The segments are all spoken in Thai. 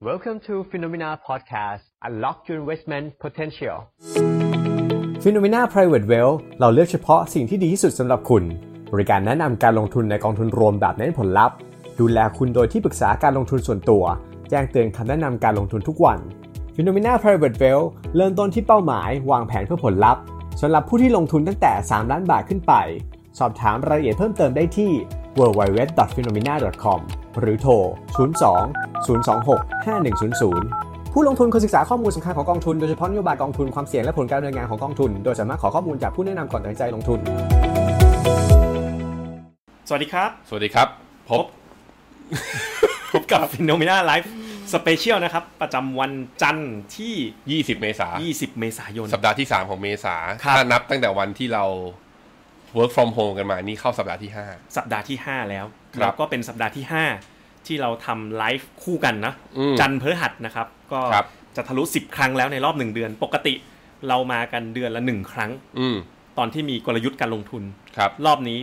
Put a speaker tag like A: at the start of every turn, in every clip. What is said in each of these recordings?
A: Welcome to Phenomena Podcast Unlock Your Investment Potential p h e n o m e n a Private Wealth เราเลือกเฉพาะสิ่งที่ดีที่สุดสำหรับคุณ บริการแนะนำการลงทุนในกองทุนรวมแบบเน้นผลลัพธ์ ดูแลคุณโดยที่ปรึกษาการลงทุนส่วนตัว แจ้งเตือนคำแนะนำการลงทุนทุกวัน p h e n o m e n a Private Wealth เริ่มต้นที่เป้าหมาย วางแผนเพื่อผลลัพธ์สำหรับผู้ที่ลงทุนตั้งแต่ 3 ล้านบาทขึ้นไป สอบถามรายละเอียดเพิ่มเติมได้ที่ www.phenomena.com หรือโทร 02 026 5100 ผู้ลงทุนควรศึกษาข้อมูลสำคัญของกองทุน โดยเฉพาะนโยบายกองทุนความเสี่ยงและผลการดำเนินงานของกองทุน โดยสามารถขอข้อมูลจากผู้แนะนำก่อนตัดสินใจลงทุน
B: สวัสดีครับ
C: สวัสดีครับ พบ
B: พบกับ p h e n o m e n a Live Special นะครับ ประจำวันจันทร์ที่
C: 20 เมษา
B: 20 เมษายน
C: สัปดาห์ที่ 3 ของเมษา
B: ครับ
C: ถ้านับตั้งแต่วันที่เรา work from home กันมา นี่เข้าสัปดาห์ที่
B: สัปดาห์ที่ 5 แล้ว
C: ครับ
B: แล้วก็เป็นสัปดาห์ที่ 5 ที่เราทำไลฟ์คู่กันนะ
C: อืม
B: จันทร์พฤหัสนะครับ ก็
C: ครับ
B: จะทะลุ 10 ครั้งแล้วในรอบ 1 เดือน ปกติเรามากันเดือนละ 1 ครั้ง
C: 5 อืม
B: ตอนที่มีกลยุทธ์การลงทุน
C: ครับ
B: รอบนี้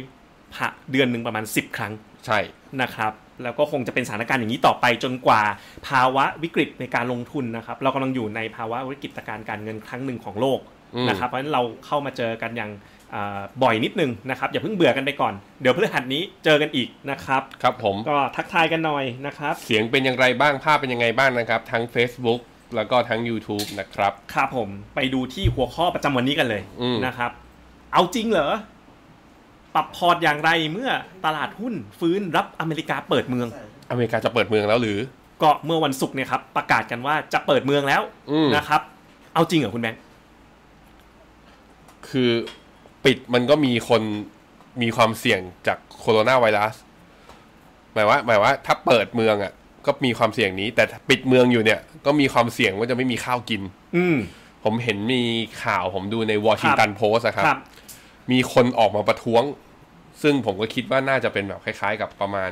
B: ผะเดือนหนึ่งประมาณ 10 ครั้ง
C: ใช่
B: นะครับแล้วก็คงจะเป็นสถานการณ์อย่างนี้ต่อไปจนกว่าภาวะวิกฤตในการลงทุนนะครับ เรากำลังอยู่ในภาวะวิกฤตการณ์การเงินครั้งหนึ่งของโลก
C: อืม
B: นะครับเพราะฉะนั้นเราเข้ามาเจอกันอย่างอ่าบ่อยนิดนึงนะครับอย่าเพิ่งเบื่อกันไปก่อน เดี๋ยวพฤหัสนี้เจอกันอีกนะครับ
C: ครับผม
B: ก็ทักทายกันหน่อยนะครับ
C: เสียงเป็นอย่างไรบ้าง ภาพเป็นยังไงบ้างนะครับ ทั้ง Facebook แล้วก็ทั้ง YouTube นะครับ
B: ครับผมไปดูที่หัวข้อประจำวันนี้กันเลย
C: อืม
B: นะครับ เอาจริงเหรอปรับพอร์ตอย่างไรเมื่อตลาดหุ้นฟื้นรับอเมริกาเปิดเมือง
C: อเมริกาจะเปิดเมืองแล้วหรือ
B: ก็เมื่อวันศุกร์เนี่ยครับประกาศกันว่าจะเปิดเมืองแล้ว
C: อืม
B: นะครับ เอาจริงเหรอคุณแบงค์
C: คือปิดมันก็มีคนมีความเสี่ยงจากโคโรนาไวรัส หมายว่า หมายว่า ถ้าเปิดเมืองอ่ะ ก็มีความเสี่ยงนี้ แต่ถ้าปิดเมืองอยู่เนี่ย ก็มีความเสี่ยงว่าจะไม่มีข้าวกิน
B: อืม
C: ผมเห็นมีข่าวผมดูในวอชิงตันโพสต์ครับ
B: ครับ
C: มีคนออกมาประท้วง ซึ่งผมก็คิดว่าน่าจะเป็นแบบคล้าย ๆ กับประมาณ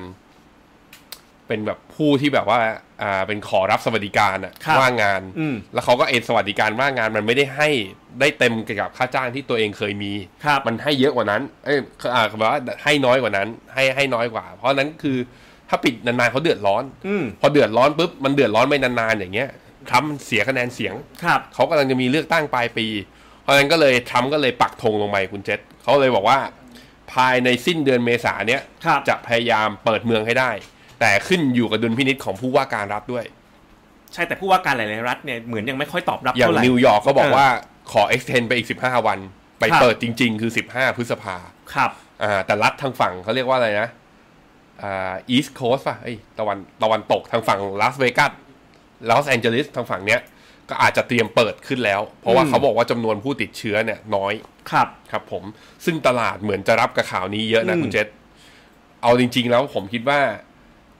C: เป็นแบบผู้ที่แบบว่า อ่าเป็นขอรับสวัสดิการอะ
B: ครับ
C: ว่างงาน
B: อืม
C: แล้วเขาก็เอดสวัสดิการว่างงานมันไม่ได้ให้ได้เต็มเกี่ยวกับค่าจ้างที่ตัวเองเคยมี
B: ครับ
C: มันให้เยอะกว่านั้น เอ้ยอ่าแบบว่าให้น้อยกว่านั้น ให้ให้น้อยกว่า เพราะนั้นคือถ้าปิดนานๆเขาเดือดร้อน
B: อืม
C: พอเดือดร้อนปุ๊บมันเดือดร้อนไปนานๆอย่างเงี้ยทรัมป์เสียคะแนนเสียง
B: ครับ
C: เขากำลังจะมีเลือกตั้งปลายปี เพราะฉะนั้นก็เลยทรัมป์ก็เลยปักธงลงไปคุณเจษเขาเลยบอกว่า ภายในสิ้นเดือนเมษาเนี้ย
B: ครับ
C: จะพยายามเปิดเมืองให้ได้ แต่ขึ้นอยู่กับดุลพินิษของผู้ว่าการรัฐด้วย
B: ใช่แต่ผู้ว่าการหลายๆรัฐเนี่ยเหมือนยังไม่ค่อยตอบรับ
C: อย่าง
B: เท่าไหร่
C: นิวยอร์กก็บอก
B: เออ
C: ว่าขอ extend ไปอีก 15 วัน ไป
B: ครับ
C: เปิดจริง ๆ คือ 15 พฤษภา
B: ครับ
C: อ่าแต่รัฐทางฝั่งเขาเรียกว่าอะไรนะอ่า east coast ป่ะเอ้ยตะวันตะวันตกทางฝั่งลาสเวกัสลอสแอนเจลิสทางฝั่งเนี้ยก็อาจจะเตรียมเปิดขึ้นแล้ว เพราะว่า
B: อืม
C: เขาบอกว่าจำนวนผู้ติดเชื้อเนี่ยน้อย
B: ครับ
C: ครับผมซึ่งตลาดเหมือนจะรับกับข่าวนี้เยอะนะ
B: อืม
C: คุณเจษเอาจริง ๆ แล้วผมคิดว่า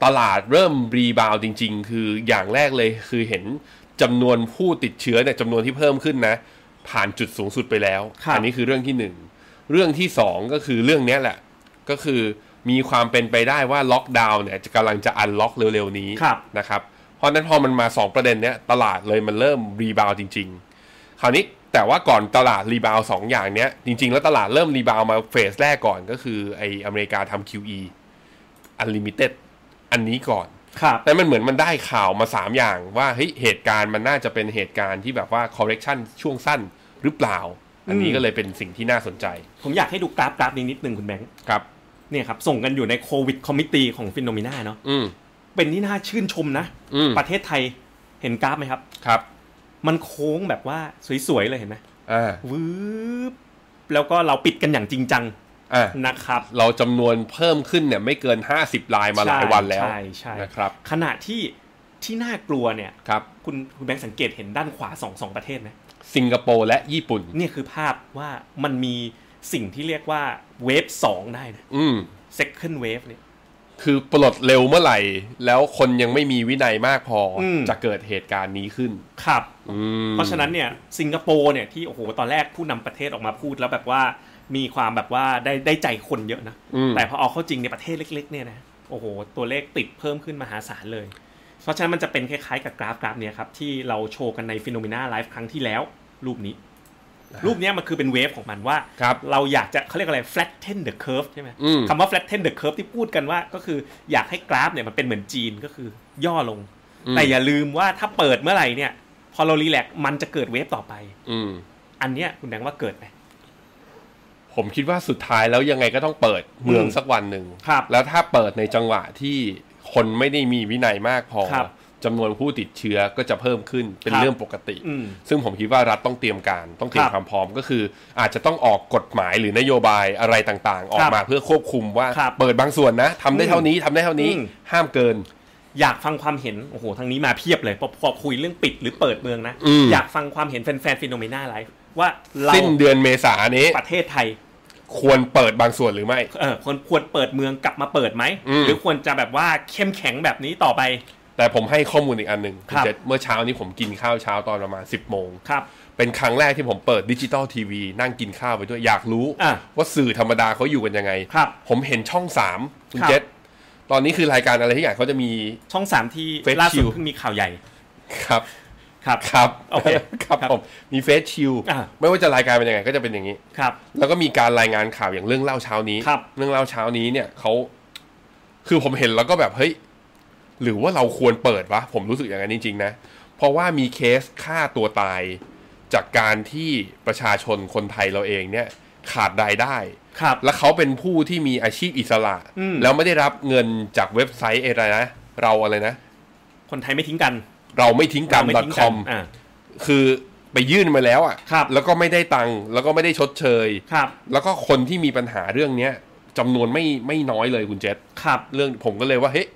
C: ตลาดเริ่มรีบาวด์จริง ๆ คืออย่างแรกเลยคือเห็นจำนวนผู้ติดเชื้อเนี่ยจำนวนที่เพิ่มขึ้นนะ ผ่านจุดสูงสุดไปแล้ว
B: ครับ
C: อันี้คือเรื่องที่หนึ่งเรื่องที่สองก็คือเรื่องเนี้ยแหละ ก็คือมีความเป็นไปได้ว่าล็อกดาวน์เนี่ยจะกำลังจะอันล็อกเร็วๆนี้
B: ครับ
C: นะครับ เพราะฉะนั้นพอมันมาสองประเด็นเนี้ยตลาดเลยมันเริ่มรีบาวด์จริง ๆ คราวนี้แต่ว่าก่อนตลาดรีบาวสองอย่างเนี้ย จริง ๆ แล้วตลาดเริ่มรีบาวมาเฟสแรกก่อนก็คือไออเมริกาทำ QE Unlimited อันนี้ก่อน
B: ครับ
C: แต่มันเหมือนมันได้ข่าวมา 3 อย่างว่าเฮ้ยเหตุการณ์มันน่าจะเป็นเหตุการณ์ที่แบบว่า correction ช่วงสั้นหรือเปล่า อันนี้ก็เลยเป็นสิ่งที่น่าสนใจ
B: ผมอยากให้ดูกราฟกราฟนี้นิดนึงคุณแบงค์
C: ครับ
B: เนี่ยครับส่งกันอยู่ในโควิดคอมมิตีของฟินโนมิน่าเนาะ
C: อืม
B: เป็นที่น่าชื่นชมนะ
C: อืม
B: ประเทศไทยเห็นกราฟไหมครับ
C: ครับ
B: มันโค้งแบบว่าสวยๆเลยเห็นไหม
C: อ่าว
B: ืบแล้วก็เราปิดกันอย่างจริงจัง
C: อ่า
B: นะครับ
C: เราจำนวนเพิ่มขึ้นเนี่ยไม่เกิน 50ลายมาหลายวันแล้ว
B: ใช่ใช่ใช่
C: นะครับ
B: ขณะที่ที่น่ากลัวเนี่ย
C: ครับ
B: คุณคุณแบงค์สังเกตเห็นด้านขวาสองสองประเทศไหม
C: สิงคโปร์และญี่ปุ่น
B: เนี่ยคือภาพว่ามันมีสิ่งที่เรียกว่าเวฟสองได้นะ
C: อืม
B: second wave เนี่ย
C: คือปลดเร็วเมื่อไหร่ แล้วคนยังไม่มีวินัยมากพออ
B: ม
C: จะเกิดเหตุการณ์นี้ขึ้น
B: ครับ
C: อืม
B: เพราะฉะนั้นเนี่ยสิงคโปร์เนี่ยที่โอ้โหตอนแรกผู้นำประเทศออกมาพูดแล้วแบบว่ามีความแบบว่าได้ได้ใจคนเยอะนะ
C: อืม
B: แต่พอเอาเข้าจริงในยประเทศเล็ก ๆ เนี่ยนะโอ้โห ตัวเลขติดเพิ่มขึ้นมหาศาลเลย เพราะฉะนั้นมันจะเป็นคล้ายๆกับกราฟกราฟเนี่ยครับที่เราโชว์กันในฟิโนเมนาไลฟ์ครั้งที่แล้ว รูปนี้ รูปเนี้ยมันคือเป็นเวฟของมันว่า
C: ครับ
B: เราอยากจะเขาเรียกอะไร flatten the curve ใช่ไหม
C: อืม
B: คำว่า flatten the curve ที่พูดกันว่าก็คืออยากให้กราฟเนี่ยมันเป็นเหมือนจีนก็คือย่อลง
C: อืม
B: แต่อย่าลืมว่าถ้าเปิดเมื่อไหร่เนี่ย พอเรารีแลกซ์มันจะเกิดเวฟต่อไป
C: อืม
B: อันเนี้ยคุณแดงว่าเกิดไหม
C: ผมคิดว่าสุดท้ายแล้วยังไงก็ต้องเปิดเมือง
B: อืม
C: สักวันหนึ่ง
B: ครับ
C: แล้วถ้าเปิดในจังหวะที่คนไม่ได้มีวินัยมากพอ
B: ครับ
C: จำนวนผู้ติดเชื้อก็จะเพิ่มขึ้นเป็
B: ค
C: น
B: รับ
C: เรื่องปกติ
B: อืม
C: ซึ่งผมคิดว่ารัฐต้องเตรียมการต้องเตรียม
B: ครับ
C: ความพร้อมก็คือ อาจจะต้องออกกฎหมายหรือนโยบายอะไรต่างๆ ออกมาเพื่อควบคุมว่า
B: ครับ
C: เปิดบางส่วนนะทำได้เท่านี้ทำได้เท่านี้
B: อืม
C: ห้ามเกิน
B: อยากฟังความเห็น โอ้โห ทางนี้มาเพียบเลยพอพอคุยเรื่องปิดหรือเปิดเมืองนะ
C: อืม
B: อยากฟังความเห็นแฟนๆฟิโนเมนาไลฟ์ว่าเรา
C: สิ้นเดือนเมษานี้
B: ประเทศไทย
C: ควรเปิดบางส่วนหรือไม่
B: เออควรควรเปิดเมืองกลับมาเปิดไหม
C: อืม
B: หรือควรจะแบบว่าเข้มแข็งแบบนี้ต่อไป
C: แต่ผมให้ข้อมูลอีกอันหนึ่ง
B: ครับ
C: เดี๋ยวเมื่อเช้านี้ผมกินข้าวเช้าตอนประมาณ 10บโมง
B: ครับ
C: เป็นครั้งแรกที่ผมเปิดดิจิตอลทีวีนั่งกินข้าวไปด้วยอยากรู้
B: อ่ะ
C: ว่าสื่อธรรมดาเขาอยู่กันยังไง
B: ครับ
C: ผมเห็นช่องสามคุณ
B: ครับ
C: เจษตอนนี้คือรายการอะไรที่อย่างเขาจะมี
B: ช่องสามที่
C: Fake
B: ล่าสุด
C: Shield
B: เพิ่งมีข่าวใหญ่
C: ครับ
B: ครับ
C: ครับ
B: โอเค
C: ครับ
B: ครับ
C: ผมมีเฟซชิล
B: อ่ะ
C: ไม่ว่าจะรายการเป็นยังไงก็จะเป็นอย่างนี้
B: ครับ
C: แล้วก็มีการรายงานข่าวอย่างเรื่องเล่าเช้านี้
B: ครับ
C: เรื่องเล่าเช้านี้เนี่ยเขาคือผมเห็นแล้วก็แบบเฮ้ยหรือว่าเราควรเปิดวะผมรู้สึกอย่างนั้นจริงๆนะ เพราะว่ามีเคสฆ่าตัวตาย จากการที่ประชาชนคนไทยเราเองเนี่ย ขาดรายได้
B: ครับ
C: แล้วเขาเป็นผู้ที่มีอาชีพอิสระ
B: อืม
C: แล้วไม่ได้รับเงินจากเว็บไซต์อะไรนะเราอะไรนะ
B: คนไทยไม่ทิ้งกัน
C: เราไม่ทิ้งกัน
B: เราไม่ทิ้งกั
C: .com
B: อ่า
C: คือไปยื่นมาแล้วอะ
B: ครั่
C: ะ
B: บ
C: แล้วก็ไม่ได้ตังค์แล้วก็ไม่ได้ชดเชย
B: ครับ
C: แล้วก็คนที่มีปัญหาเรื่องเนี้ยจำนวนไม่ไม่น้อยเลยคุณเจษ
B: ครับ
C: เรื่องผมก็เลยว่าเฮ้ย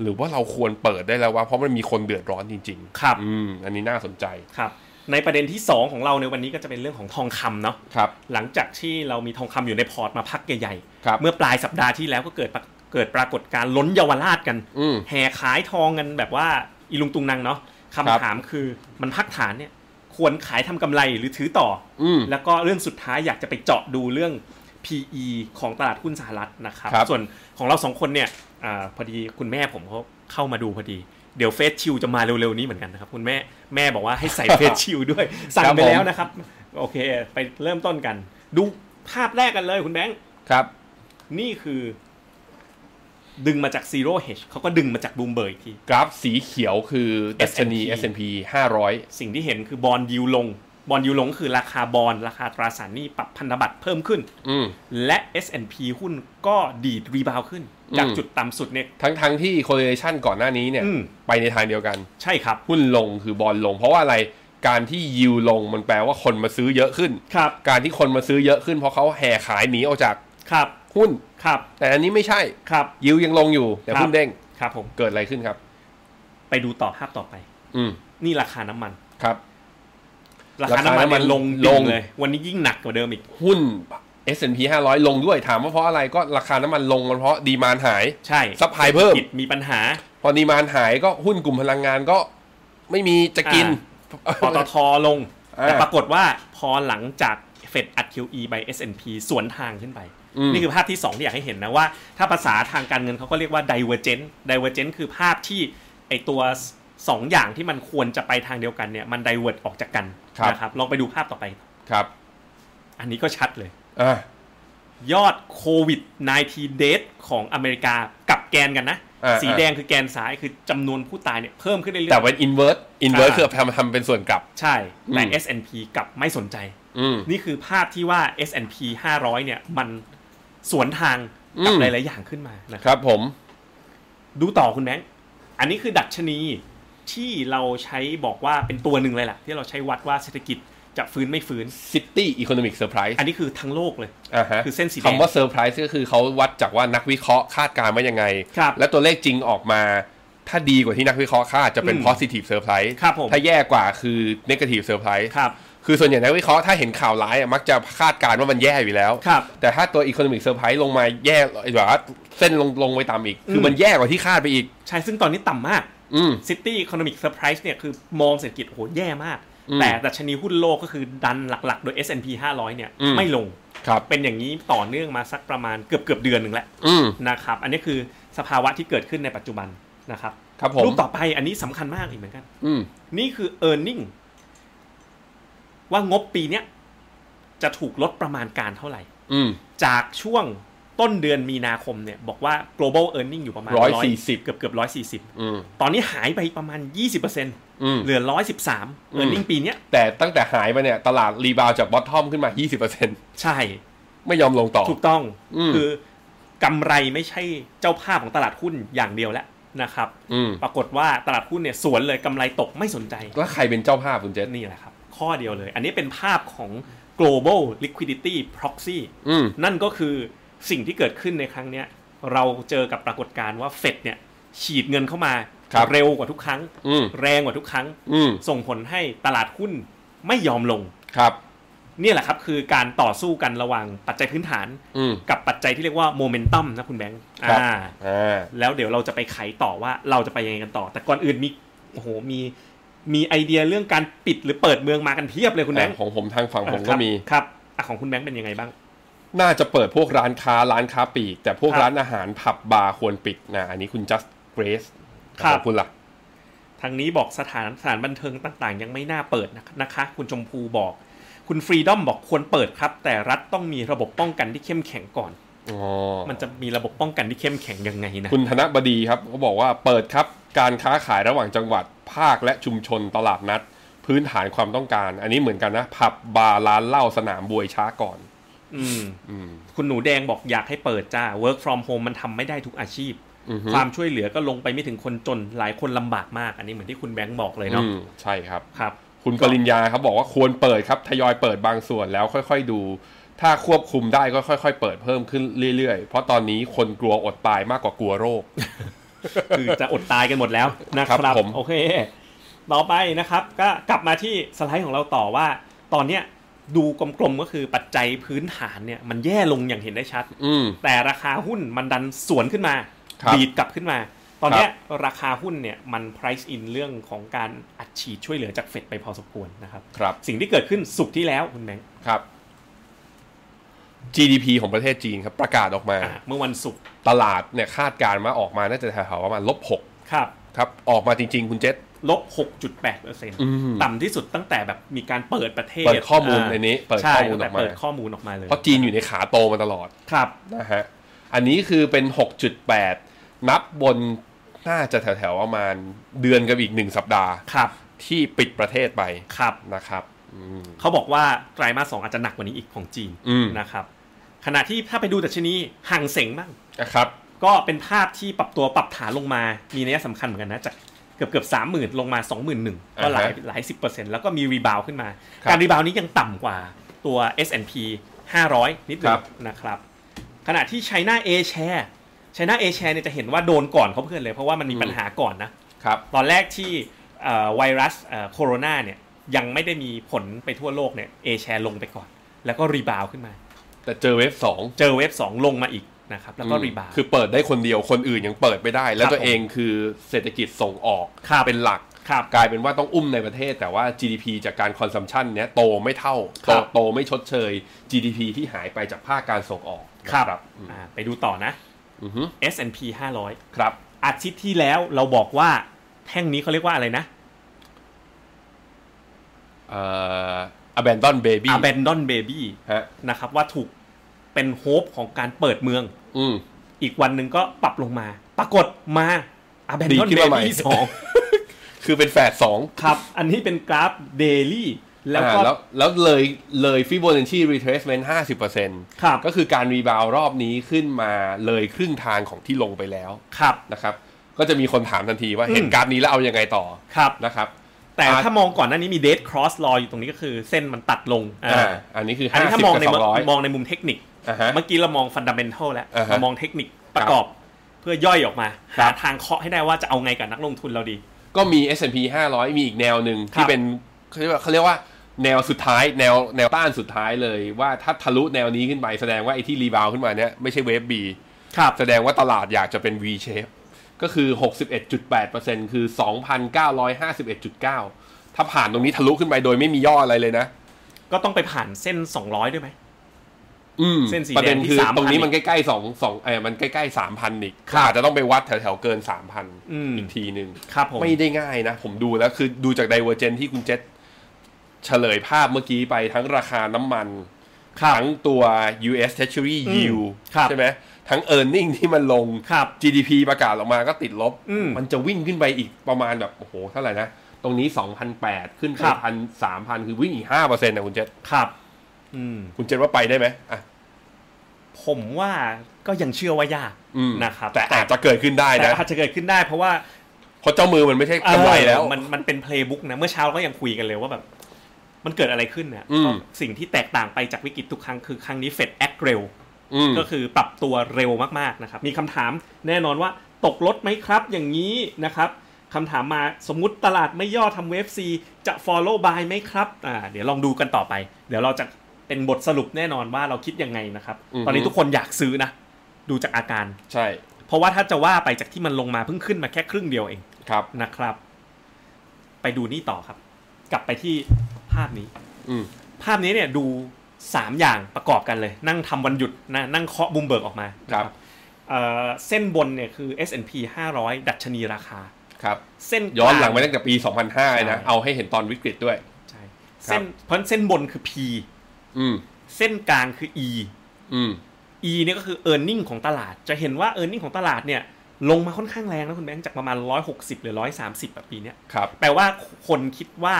C: หรือว่าเราควรเปิดได้แล้ววะเพราะมันมีคนเดือดร้อนจริงๆ
B: ครับ
C: อืมอันนี้น่าสนใจ
B: ครับ ในประเด็นที่ 2 ของเราในวันนี้ก็จะเป็นเรื่องของทองคำเนาะ
C: ครับ
B: หลังจากที่เรามีทองคำอยู่ในพอร์ตมาพักใหญ่
C: ครับ
B: เมื่อปลายสัปดาห์ที่แล้วก็เกิดปรเกิดปรากฏการณ์ล้นเยาวราชกัน
C: อืม
B: แห่ขายทองกันแบบว่าอีลุงตุงนางเนาะ
C: ครับ
B: คำถามคือมันพักฐานเนี่ย ควรขายทำกำไรหรือถือต่อ
C: อืม
B: อแล้วก็เรื่องสุดท้ายอยากจะไปเจาะดูเรื่อง PE ของตลาดหุ้นสหรัฐนะครับ
C: ครับ
B: ส่วนของเราสองคนเนี่ยอาพอดีคุณแม่ผมเขาเข้ามาดูพอดี เดี๋ยวเฟซชิลจะมาเร็วๆนี้เหมือนกันนะครับ คุณแม่แม่บอกว่าให้ใส่เฟ ซชิลด้วย สั่งไปแล้วนะครับ โอเค ไปเริ่มต้นกัน ดูภาพแรกกันเลยคุณแบงค์
C: ครับ
B: นี่คือ ดึงมาจาก Zero Hedge เขาก็ดึงมาจากบูมเบิร์กที
C: กราฟสีเขียวคือดัชนี
B: S&P
C: S&P 500
B: สิ่งที่เห็นคือบอลยิวลง บอลยิวลงคือราคาบอลราคาตราสารหนี้ปรับพันธบัตรเพิ่มขึ้น
C: อืม
B: และ S&P หุ้นก็ดีดรีบาวขึ้น จาก
C: อืม
B: จุดต่ำสุดเนี่ย
C: ทั้งทั้งที่ correlation ก่อนหน้านี้เนี่ย
B: อืม
C: ไปในทางเดียวกัน
B: ใช่ครับ
C: หุ้นลงคือบอลลง เพราะว่าอะไรการที่ยิวลงมันแปลว่าคนมาซื้อเยอะขึ้น
B: ครับ
C: การที่คนมาซื้อเยอะขึ้นเพราะเขาแห่ขายหนีออกจาก
B: ครับ
C: หุ้น
B: ครับ
C: แต่อันนี้ไม่ใช่
B: ครับ
C: ยิวยังลงอยู่ แต่
B: ครับ
C: หุ้นเด้ง
B: ครับผม
C: เกิดอะไรขึ้นครับ
B: ไปดูต่อภาพต่อไป
C: อืม
B: นี่ราคาน้ำมัน
C: ครับ
B: ราคาน้ำมันเนี่ย
C: ราคาน้ำมัน
B: ลงดิ่
C: ล
B: ง
C: ง
B: เลย วันนี้ยิ่งหนักกว่าเดิมอีก
C: หุ้น S&P 500 ลงด้วยถามว่าเพราะอะไรก็ราคาน้ำมันลงมันเพราะดีมานหาย
B: ใช่
C: ซัพพลายเพิ่ม
B: ศรษฐกิจมีปัญหา
C: พอดีมานหายก็หุ้นกลุ่มพลังงานก็ไม่มีจะกิน
B: ปตทลง
C: อ่า
B: แต่ปรากฏว่าพอหลังจากเฟดอัด QE ไป S&P สวนทางขึ้นไป
C: อืม
B: นี่คือภาพที่ 2 ที่อยากให้เห็นนะว่า ถ้าภาษาทางการเงินเขาก็เรียกว่า divergent divergent คือภาพที่ไอตัว 2 อย่างที่มันควรจะไปทางเดียวกันเนี่ย มัน divert ออกจากกันนะครับลองไปดูภาพต่อไป
C: ครับ
B: อันนี้ก็ชัดเลย
C: อ่ะ
B: ยอดโควิด19 death ของอเมริกากับแกนกันนะ
C: า
B: สีแดงคือแกนซ้ายคือจำนวนผู้ตายเนี่ยเพิ่มขึ้นเรื่อยๆ
C: แต่เป็น inverse inverse
B: อ่า
C: คือทำทำเป็นส่วนกลับ
B: ใช่แต่
C: อืม
B: S&P กลับไม่สนใจ
C: อืม
B: นี่คือภาพที่ว่า S&P 500 เนี่ย มันสวนทางกับ
C: อืม
B: หลาย ๆ อย่างขึ้นมานะค
C: ครับ รับผม
B: ดูต่อคุณแบงค์อันนี้คือดัชนีที่เราใช้บอกว่าเป็นตัวหนึ่งเลยล่ะ ที่เราใช้วัดว่าเศรษฐกิจจะฟื้นไม่ฟื้น
C: City Economic Surprise
B: อันนี้คือทั้งโลกเลย
C: อ่าฮะ
B: คือเส้นสีแดง
C: คำว่า Surprise ก็คือเขาวัดจากว่านักวิเคราะห์คาดการณ์ว่ายังไง
B: ครับ
C: และตัวเลขจริงออกมา ถ้าดีกว่าที่นักวิเคราะห์คาดจะเป็น
B: อืม
C: positive surprise
B: ครับผม
C: ถ้าแย่กว่าคือ negative surprise
B: ครับ
C: คือส่วนใหญ่นักวิเคราะห์ถ้าเห็นข่าวร้ายอะมักจะคาดการณ์ว่ามันแย่อยู่แล้ว
B: ครับ
C: แต่ถ้าตัว economic surprise ลงมาแย่แบบว่าเส้นลงลงไปต่ำอีก คือ
B: ม
C: มันแย่กว่าที่คาดไปอีก
B: ใช่ซึ่งตอนนี้ต่ำมาก
C: อืม
B: City Economic Surprise เนี่ยคือมองเศรษฐกิจโอ้โหแย่มาก
C: อืม
B: แต่ดัชนีหุ้นโลกก็คือดันหลัก ๆ โดย S&P 500 เนี่ย
C: อืม
B: ไม่ลง
C: ครับ
B: เป็นอย่างนี้ต่อเนื่องมาสักประมาณเกือบเกือบๆเดือนหนึ่งแหละ
C: อืม
B: นะครับ อันนี้คือสภาวะที่เกิดขึ้นในปัจจุบันนะครับ
C: ครับผม
B: รูปต่อไปอันนี้สำคัญมากอีกเหมือนกัน
C: อืม
B: นี่คือ e a r n i n g ว่างบปีเนี้ยจะถูกลดประมาณการเท่าไหร่
C: อืม
B: จากช่วง ต้นเดือนมีนาคมเนี่ยบอกว่า global earning อยู่ประมาณ
C: 140
B: เกือบเกือบร้อยสี่สิบ
C: อืม
B: ตอนนี้หายไปประมาณ 20%เ
C: อืม
B: หลือ 113 earning ปีเนี้ย
C: แต่ตั้งแต่หายไปเนี่ย ตลาดรีบาวจากบอททอมขึ้นมา 20%
B: ใช่
C: ไม่ยอมลงต่อ
B: ถูกต้อง
C: อืม
B: คือกำไรไม่ใช่เจ้าภาพของตลาดหุ้นอย่างเดียวแล้วนะครับ
C: อืม
B: ปรากฏว่าตลาดหุ้นเนี่ยสวนเลยกำไรตกไม่สนใจ
C: แล้วใครเป็นเจ้าภาพคุณเจษ
B: นี่แหละครับ ข้อเดียวเลย อันนี้เป็นภาพของ global liquidity proxy
C: อืม
B: นั่นก็คือสิ่งที่เกิดขึ้นในครั้งเนี้ยเราเจอกับปรากฏการณ์ว่าเฟดเนี่ยฉีดเงินเข้ามา
C: ครับ
B: เร็วกว่าทุกครั้ง
C: อืม
B: แรงกว่าทุกครั้ง
C: อืม
B: ส่งผลให้ตลาดหุ้นไม่ยอมลง
C: ครับ
B: เนี่ยแหละครับคือการต่อสู้กันระหว่างปัจจัยพื้นฐาน
C: อืม
B: กับปัจจัยที่เรียกว่าโมเมนตัมนะคุณแบงค์
C: ครั
B: อ่า
C: บ อ่า
B: แล้วเดี๋ยวเราจะไปไขต่อว่าเราจะไปยังไงกันต่อ แต่ก่อนอื่นมีโอ้โหมีมีไอเดียเรื่องการปิดหรือเปิดเมืองมากันเพียบเลยคุณแบงค์
C: ของผมทางฝั่งผม
B: อ่าค
C: ก็
B: รับ
C: มี
B: ครับอ่ะของคุณแบงค์เป็นยังไงบ้าง
C: น่าจะเปิดพวกร้านค้าร้านค้าปลีก แต่พวก
B: ครับ
C: ร้านอาหารผับบาร์ควรปิดนะ อันนี้คุณ just grace
B: ครับ
C: ของคุณล่ะ
B: ทางนี้บอกสถานสถานบันเทิงต่าง ๆ ยังไม่น่าเปิดนะนะคะ คุณชมพูบอก คุณฟรีดอมบอกควรเปิดครับ แต่รัฐต้องมีระบบป้องกันที่เข้มแข็งก่อน
C: อ๋อ
B: มันจะมีระบบป้องกันที่เข้มแข็งยังไงนะ
C: คุณธนบดีครับเขาบอกว่าเปิดครับการค้าขายระหว่างจังหวัดภาคและชุมชนตลาดนัด พื้นฐานความต้องการ อันนี้เหมือนกันนะผับบาร์ร้านเหล้าสนามบวยช้าก่อน
B: อืม
C: อืม
B: คุณหนูแดงบอกอยากให้เปิดจ้า work from home มันทำไม่ได้ทุกอาชีพ
C: อือฮึ
B: ความช่วยเหลือก็ลงไปไม่ถึงคนจนหลายคนลำบากมาก อันนี้เหมือนที่คุณแบงค์บอกเลยเนาะ
C: อืมใช่ครับ
B: ครับ
C: คุณปริญญาครับบอกว่าควรเปิดครับทยอยเปิดบางส่วนแล้วค่อยๆดู ถ้าควบคุมได้ก็ค่อย ๆ เปิดเพิ่มขึ้นเรื่อยๆ เพราะตอนนี้คนกลัวอดตายมากกว่ากลัวโรค
B: คือจะอดตายกันหมด แล้วนะค
C: ครั
B: รับบ
C: ผม
B: โอเค ต่อไปนะครับ ก็กลับมาที่สไลด์ของเราต่อว่า ตอนเนี้ยดูกลมๆก็คือปัจจัยพื้นฐานเนี่ยมันแย่ลงอย่างเห็นได้ชัด
C: อืม
B: แต่ราคาหุ้นมันดันสวนขึ้นมา
C: ครับ
B: ดีดกลับขึ้นมา ตอนเนี้ยราคาหุ้นเนี่ยมัน price in เรื่องของการอัดฉีดช่วยเหลือจากเฟดไปพอสมควรนะครับ
C: ครับ
B: สิ่งที่เกิดขึ้นสุกร์ที่แล้วคุณแบงค์
C: ครับ GDP ของประเทศจีนครับประกาศออกมา
B: อ่าเมื่อวันศุกร์
C: ตลาดเนี่ยคาดการณ์มาออกมาน่าจะแถวๆประมาณลบหก
B: ครับ
C: ครับ ออกมาจริง ๆ คุณเจษ
B: ลบ 6.8เปอร์เซ็นต์
C: ม
B: ต่ำที่สุดตั้งแต่แบบมีการเปิดประเทศ
C: เปิดข้อมูล
B: า
C: ในนี้เปิด
B: ใช่
C: ข้อมูล
B: ตั้งแต่
C: ออกมา
B: เปิดข้อมูลออกมาเลย
C: เพราะจีนอยู่ในขาโตมาตลอด
B: ครับ
C: นะฮะ อันนี้คือเป็น 6.8 นับบนน่าจะแถวๆประมาณเดือนกับอีกหนึ่งสัปดาห์
B: ครับ
C: ที่ปิดประเทศไป
B: ครับ
C: นะครับอืม
B: เขาบอกว่าไตรมาสสองอาจจะหนักกว่านี้อีกของจีน
C: อืม
B: นะครับขณะที่ถ้าไปดูดัชนีห่างเสงบ้าง
C: นะครับ
B: ก็เป็นภาพที่ปรับตัวปรับฐานลงมา มีนัยสำคัญเหมือนกันนะ จากเกือบเกือบสามหมื่นลงมาสองหมื่นหนึ่งก็หลาย
C: อ่าฮะ
B: หลายสิบเปอร์เซ็นต์แล้วก็มีรีบาวขึ้นมา
C: ครับ
B: การรีบาวนี้ยังต่ำกว่าตัว S&P 500 นิดหนึ
C: ครั
B: ง
C: บ
B: นะครับ ขณะที่ China A share China A share เนี่ยจะเห็นว่าโดนก่อนเขาเพื่อนเลย เพราะว่ามันมีปัญหาก่อนนะ
C: ครับ
B: ตอนแรกที่เอ่อไวรัสเอ่อโคโรนาเนี่ยยังไม่ได้มีผลไปทั่วโลกเนี่ย A share ลงไปก่อน แล้วก็รีบาวขึ้นมา
C: แต่เจอเวฟสอง
B: เจอเวฟสองลงมาอีกนะครับแล้วก็รีบาว
C: คือเปิดได้คนเดียวคนอื่นยังเปิดไม่ได้ แล้ว
B: ครับ
C: ตัวเองคือเศรษฐกิจส่งออก
B: ครับ
C: เป็นหลัก
B: ครับ
C: กลายเป็นว่าต้องอุ้มในประเทศ แต่ว่า GDP จากการคอนซัมชันเนี้ยโตไม่เท่า
B: ครั
C: โต
B: บ
C: โตไม่ชดเชย GDP ที่หายไปจากภาคการส่งออก
B: ครับ
C: นะครับอืม
B: อ่าไปดูต่อนะ
C: อือฮึ
B: S&P 500
C: ครับ
B: อาทิตย์ที่แล้วเราบอกว่าแท่งนี้เขาเรียกว่าอะไรนะ
C: เอ่อ abandon baby
B: Abandon Baby
C: ฮะ
B: นะครับว่าถูกเป็นโฮปของการเปิดเมือง
C: อืม
B: อีกวันหนึ่งก็ปรับลงมา ปรากฏมา
C: ดี
B: Abandon
C: ขึ้นมาใหม่
B: Baby สอง
C: คือเป็นแฝดสอง
B: ครับ อันนี้เป็นกราฟ Daily แล้ว
C: อ่า
B: ก็
C: แล้วแล้วเลยเลยฟิโบนัชชีรีเทสเมนต์ห้าสิบเปอร์เซ็นต์
B: ครับ
C: ก็คือการรีบาวรอบนี้ขึ้นมาเลยครึ่งทางของที่ลงไปแล้ว
B: ครับ
C: นะครับ ก็จะมีคนถามทันทีว่า
B: อืม
C: เห็นกราฟนี้แล้วเอายังไงต่อ
B: ครับ
C: นะครับ
B: แต่
C: อ่า
B: ถ้ามองก่อนหน้านี้มี Dead Cross รออยู่ตรงนี้ก็คือเส้นมันตัดลงอ่า
C: อ่าอันนี้คือ
B: อันนี้
C: ห้าสิ
B: ถ้า
C: บ
B: มอง
C: กับ
B: ใน
C: สองร้อย
B: มองในมุมเทคนิค
C: อ่าฮะ
B: เมื่อกี้เรามองฟันดัมเบนทัลแล้ว
C: อ่าฮะ
B: เรามองเทคนิคประกอบ เพื่อย่อยออกมา
C: ครั
B: หา
C: บ
B: ทางเคาะให้ได้ว่าจะเอาไงกับนักลงทุนเราดี
C: ก็มี S&P 500 มีอีกแนวหนึ่ง
B: ครั
C: ที่
B: บ
C: เป็นเขาเรียกว่าเขาเรียกว่าแนวสุดท้ายแนวแนวต้านสุดท้ายเลยว่าถ้าทะลุแนวนี้ขึ้นไปแสดงว่าไอ้ที่รีบาวขึ้นมาเนี้ยไม่ใช่เวฟ B
B: ครับ
C: แสดงว่าตลาดอยากจะเป็น V shape ก็คือ 61.8%คือ 2,951.9 ถ้าผ่านตรงนี้ทะลุขึ้นไปโดยไม่มีย่ออะไรเลยนะ
B: ก็ต้องไปผ่านเส้น 200 ด้วยไหม
C: อืม
B: เส้นสี
C: ประเด็น
B: แดงที่
C: คือ
B: 3,000
C: ตรงนี้มันใกล้ๆสองสองเออมันใกล้ๆ3,000อีก
B: ครับ
C: อาจจะต้องไปวัดแถวๆเกิน 3,000
B: อืม
C: อีกทีหนึ่ง
B: ครับผม
C: ไม่ได้ง่ายนะ ผมดูแล้วคือดูจากไดเวอร์เจนที่คุณเจษเฉลยภาพเมื่อกี้ไปทั้งราคาน้ำมัน ทั้งตัว U.S. Treasury yield
B: ครับ
C: ใช่ไหมทั้ง e a r n i n g ที่มันลง
B: ครับ
C: GDP ประกาศออกมาก็ติดลบ
B: อืม
C: มันจะวิ่งขึ้นไปอีกประมาณแบบ โอ้โห เท่าไหร่นะ ตรงนี้ 2,800 ขึ้น
B: ครับ
C: พันสามพันคือวิ่งอีก5%นะคุณเจษ
B: ครับ อืม
C: คุณเจษว่าไปได้ไหมอ่ะ
B: ผมว่าก็ยังเชื่อว่ายาก
C: อืม
B: นะครับ
C: แต่อาจจะเกิดขึ้นได้
B: แต่
C: นะ
B: อาจจะเกิดขึ้นได้เพราะว่า
C: เพราะเจ้ามือมันไม่ใช่กำไรแล้ว
B: เออมันมันเป็นเพลย์บุ๊กนะ เมื่อเช้าก็ยังคุยกันเลยว่าแบบ มันเกิดอะไรขึ้นเนี่ย
C: อืม
B: ก็สิ่งที่แตกต่างไปจากวิกฤตทุกครั้งคือครั้งนี้เฟดแอคเร็ว
C: อืม
B: ก็คือปรับตัวเร็วมากๆนะครับ มีคำถามแน่นอนว่าตกลดไหมครับ อย่างนี้นะครับคำถามมาสมมติตลาดไม่ย่อทำเวฟซีจะ follow by ไหมครับอ่าเดี๋ยวลองดูกันต่อไป เดี๋ยวเราจะเป็นบทสรุปแน่นอนว่าเราคิดยังไงนะครับ
C: อือฮึ
B: ตอนนี้ทุกคนอยากซื้อนะ ดูจากอาการ
C: ใช่
B: เพราะว่าถ้าจะว่าไปจากที่มันลงมาเพิ่งขึ้นมาแค่ครึ่งเดียวเอง
C: ครับ
B: นะครับ ไปดูนี่ต่อครับ กลับไปที่ภาพนี้
C: อืม
B: ภาพนี้เนี่ยดู 3 อย่างประกอบกันเลย นั่งทำวันหยุดนะนั่งเคาะบูมเบิร์กออกมา
C: ครับ
B: เอ่อเส้นบนเนี่ยคือ S&P 500 ดัชนีราคา
C: ครับ
B: เส้นกลาง
C: ย้อนหลังไปตั้งแต่ปี 2005เลยนะ
B: ใช่
C: เอาให้เห็นตอนวิกฤตด้วย
B: ใช่เส้นเพราะเส้นบนคือ P
C: อืม
B: เส้นกลางคือ E
C: อืม
B: E เนี่ยก็คือ e a r n i n g ของตลาด จะเห็นว่า e a r n i n g ของตลาดเนี่ยลงมาค่อนข้างแรงนะคุณแบงค์จากประมาณ 160 หรือ 130แบบปีเนี้ย
C: ครับ
B: แปลว่าคนคิดว่า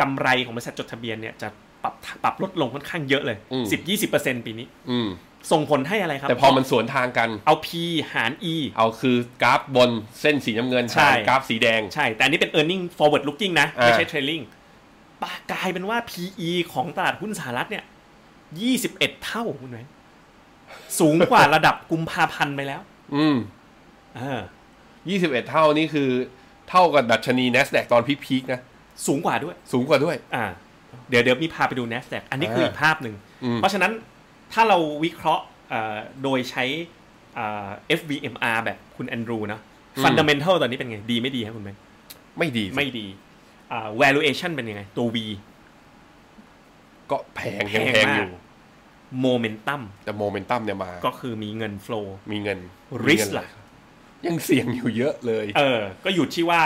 B: กำไรของบริษัทจดทะเบียนเนี่ยจะปรับปรับลดลงค่อนข้างเยอะเลย
C: อืม
B: 10 20 ปีนี้
C: อืม
B: ส่งผลให้อะไรครับ
C: แต่พอมันสวนทางกัน
B: เอา P หาร E
C: เอาคือกราฟบนเส้นสีน้ำเงิน
B: ใช่
C: หารกราฟสีแดง
B: ใช่ แต่อันนี้เป็น e a r n i n g forward looking นะ ไม่ใช่
C: อ่า
B: trailing ปากลายเป็นว่า PE ของตลาดหุ้นสหรัฐเนี่ย 21 เท่าคุณแม่สูงกว่า ระดับกุมภาพันธ์ไปแล้ว
C: อืม
B: เออ
C: 21 เท่านี่คือเท่ากับดัชนี NASDAQ ตอนพีคๆนะ
B: สูงกว่าด้วย
C: สูงกว่าด้วย
B: อ่าเดี๋ยวเดี๋ยวมีพาไปดู NASDAQ อันนี้คืออีกภาพหนึ่ง
C: อืม
B: เพราะฉะนั้นถ้าเราวิเคราะห์เอ่อโดยใช้เอ่อ FVMR แบบคุณแอนดรูนะ
C: อืม
B: Fundamental ตอนนี้เป็นไง ดีไม่ดีครับคุณแม่
C: ไม่ดีสิ
B: ไม่ดีอ่า valuation เป็นยังไง ตัว V
C: ก็แพงยังแพ
B: แพง
C: ง
B: มาก
C: อยู่
B: momentum
C: แต่โมเมนตัมเนี่ยมา
B: ก็คือมีเงิน flow
C: มีเงิน
B: risk
C: มีเงิน
B: ล่ะ
C: ยังเสี่ยงอยู่เยอะเลย
B: เออ ก็อยู่ที่ว่า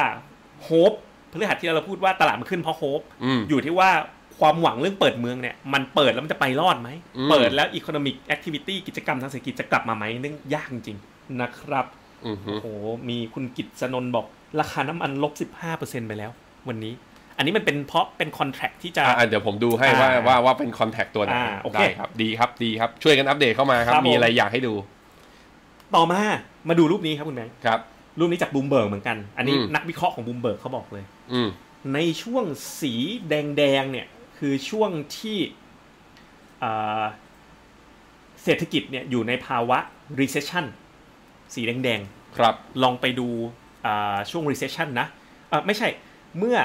B: hope พฤหัสที่เราพูดว่าตลาดมันขึ้นเพราะ hope
C: อืม
B: อยู่ที่ว่าความหวังเรื่องเปิดเมืองเนี่ย มันเปิดแล้วมันจะไปรอดไหม
C: อืม
B: เปิดแล้ว economic activity กิจกรรมทางเศรษฐกิจจะกลับมาไหมเรื่องยากจริงๆนะครับ
C: อือฮึ
B: โอ้โห มีคุณกิตสนนท์บอกราคาน้ำมันลบ 15%ไปแล้ว วันนี้ อันนี้มันเป็นเพราะเป็นคอนแท c t ที่จะ
C: อ่ะอ่ะเดี๋ยวผมดูให้
B: อ่า
C: ว่าว่าว่าเป็นคอนแทคตัวไหน
B: อ่าโอเค
C: ได้ครับ ดีครับดีครับ ช่วยกันอัปเดตเข้ามาครับ
B: ครับผม
C: มีอะไรอยากให้ดู
B: ต่อมา มาดูรูปนี้ครับคุณแม่
C: ครับ
B: รูปนี้จากบูมเบิร์กเหมือนกัน อันนี้
C: อืม
B: นักวิเคราะห์ของบูมเบิร์กเขาบอกเลย
C: อืม
B: ในช่วงสีแดงๆเนี่ย คือช่วงที่อ่าเศรษฐกิจเนี่ยอยู่ในภาวะ recession สีแดงๆ
C: ครับ
B: ลองไปดูอ่าช่วง recession นะอ่ะไม่ใช่เมื่อ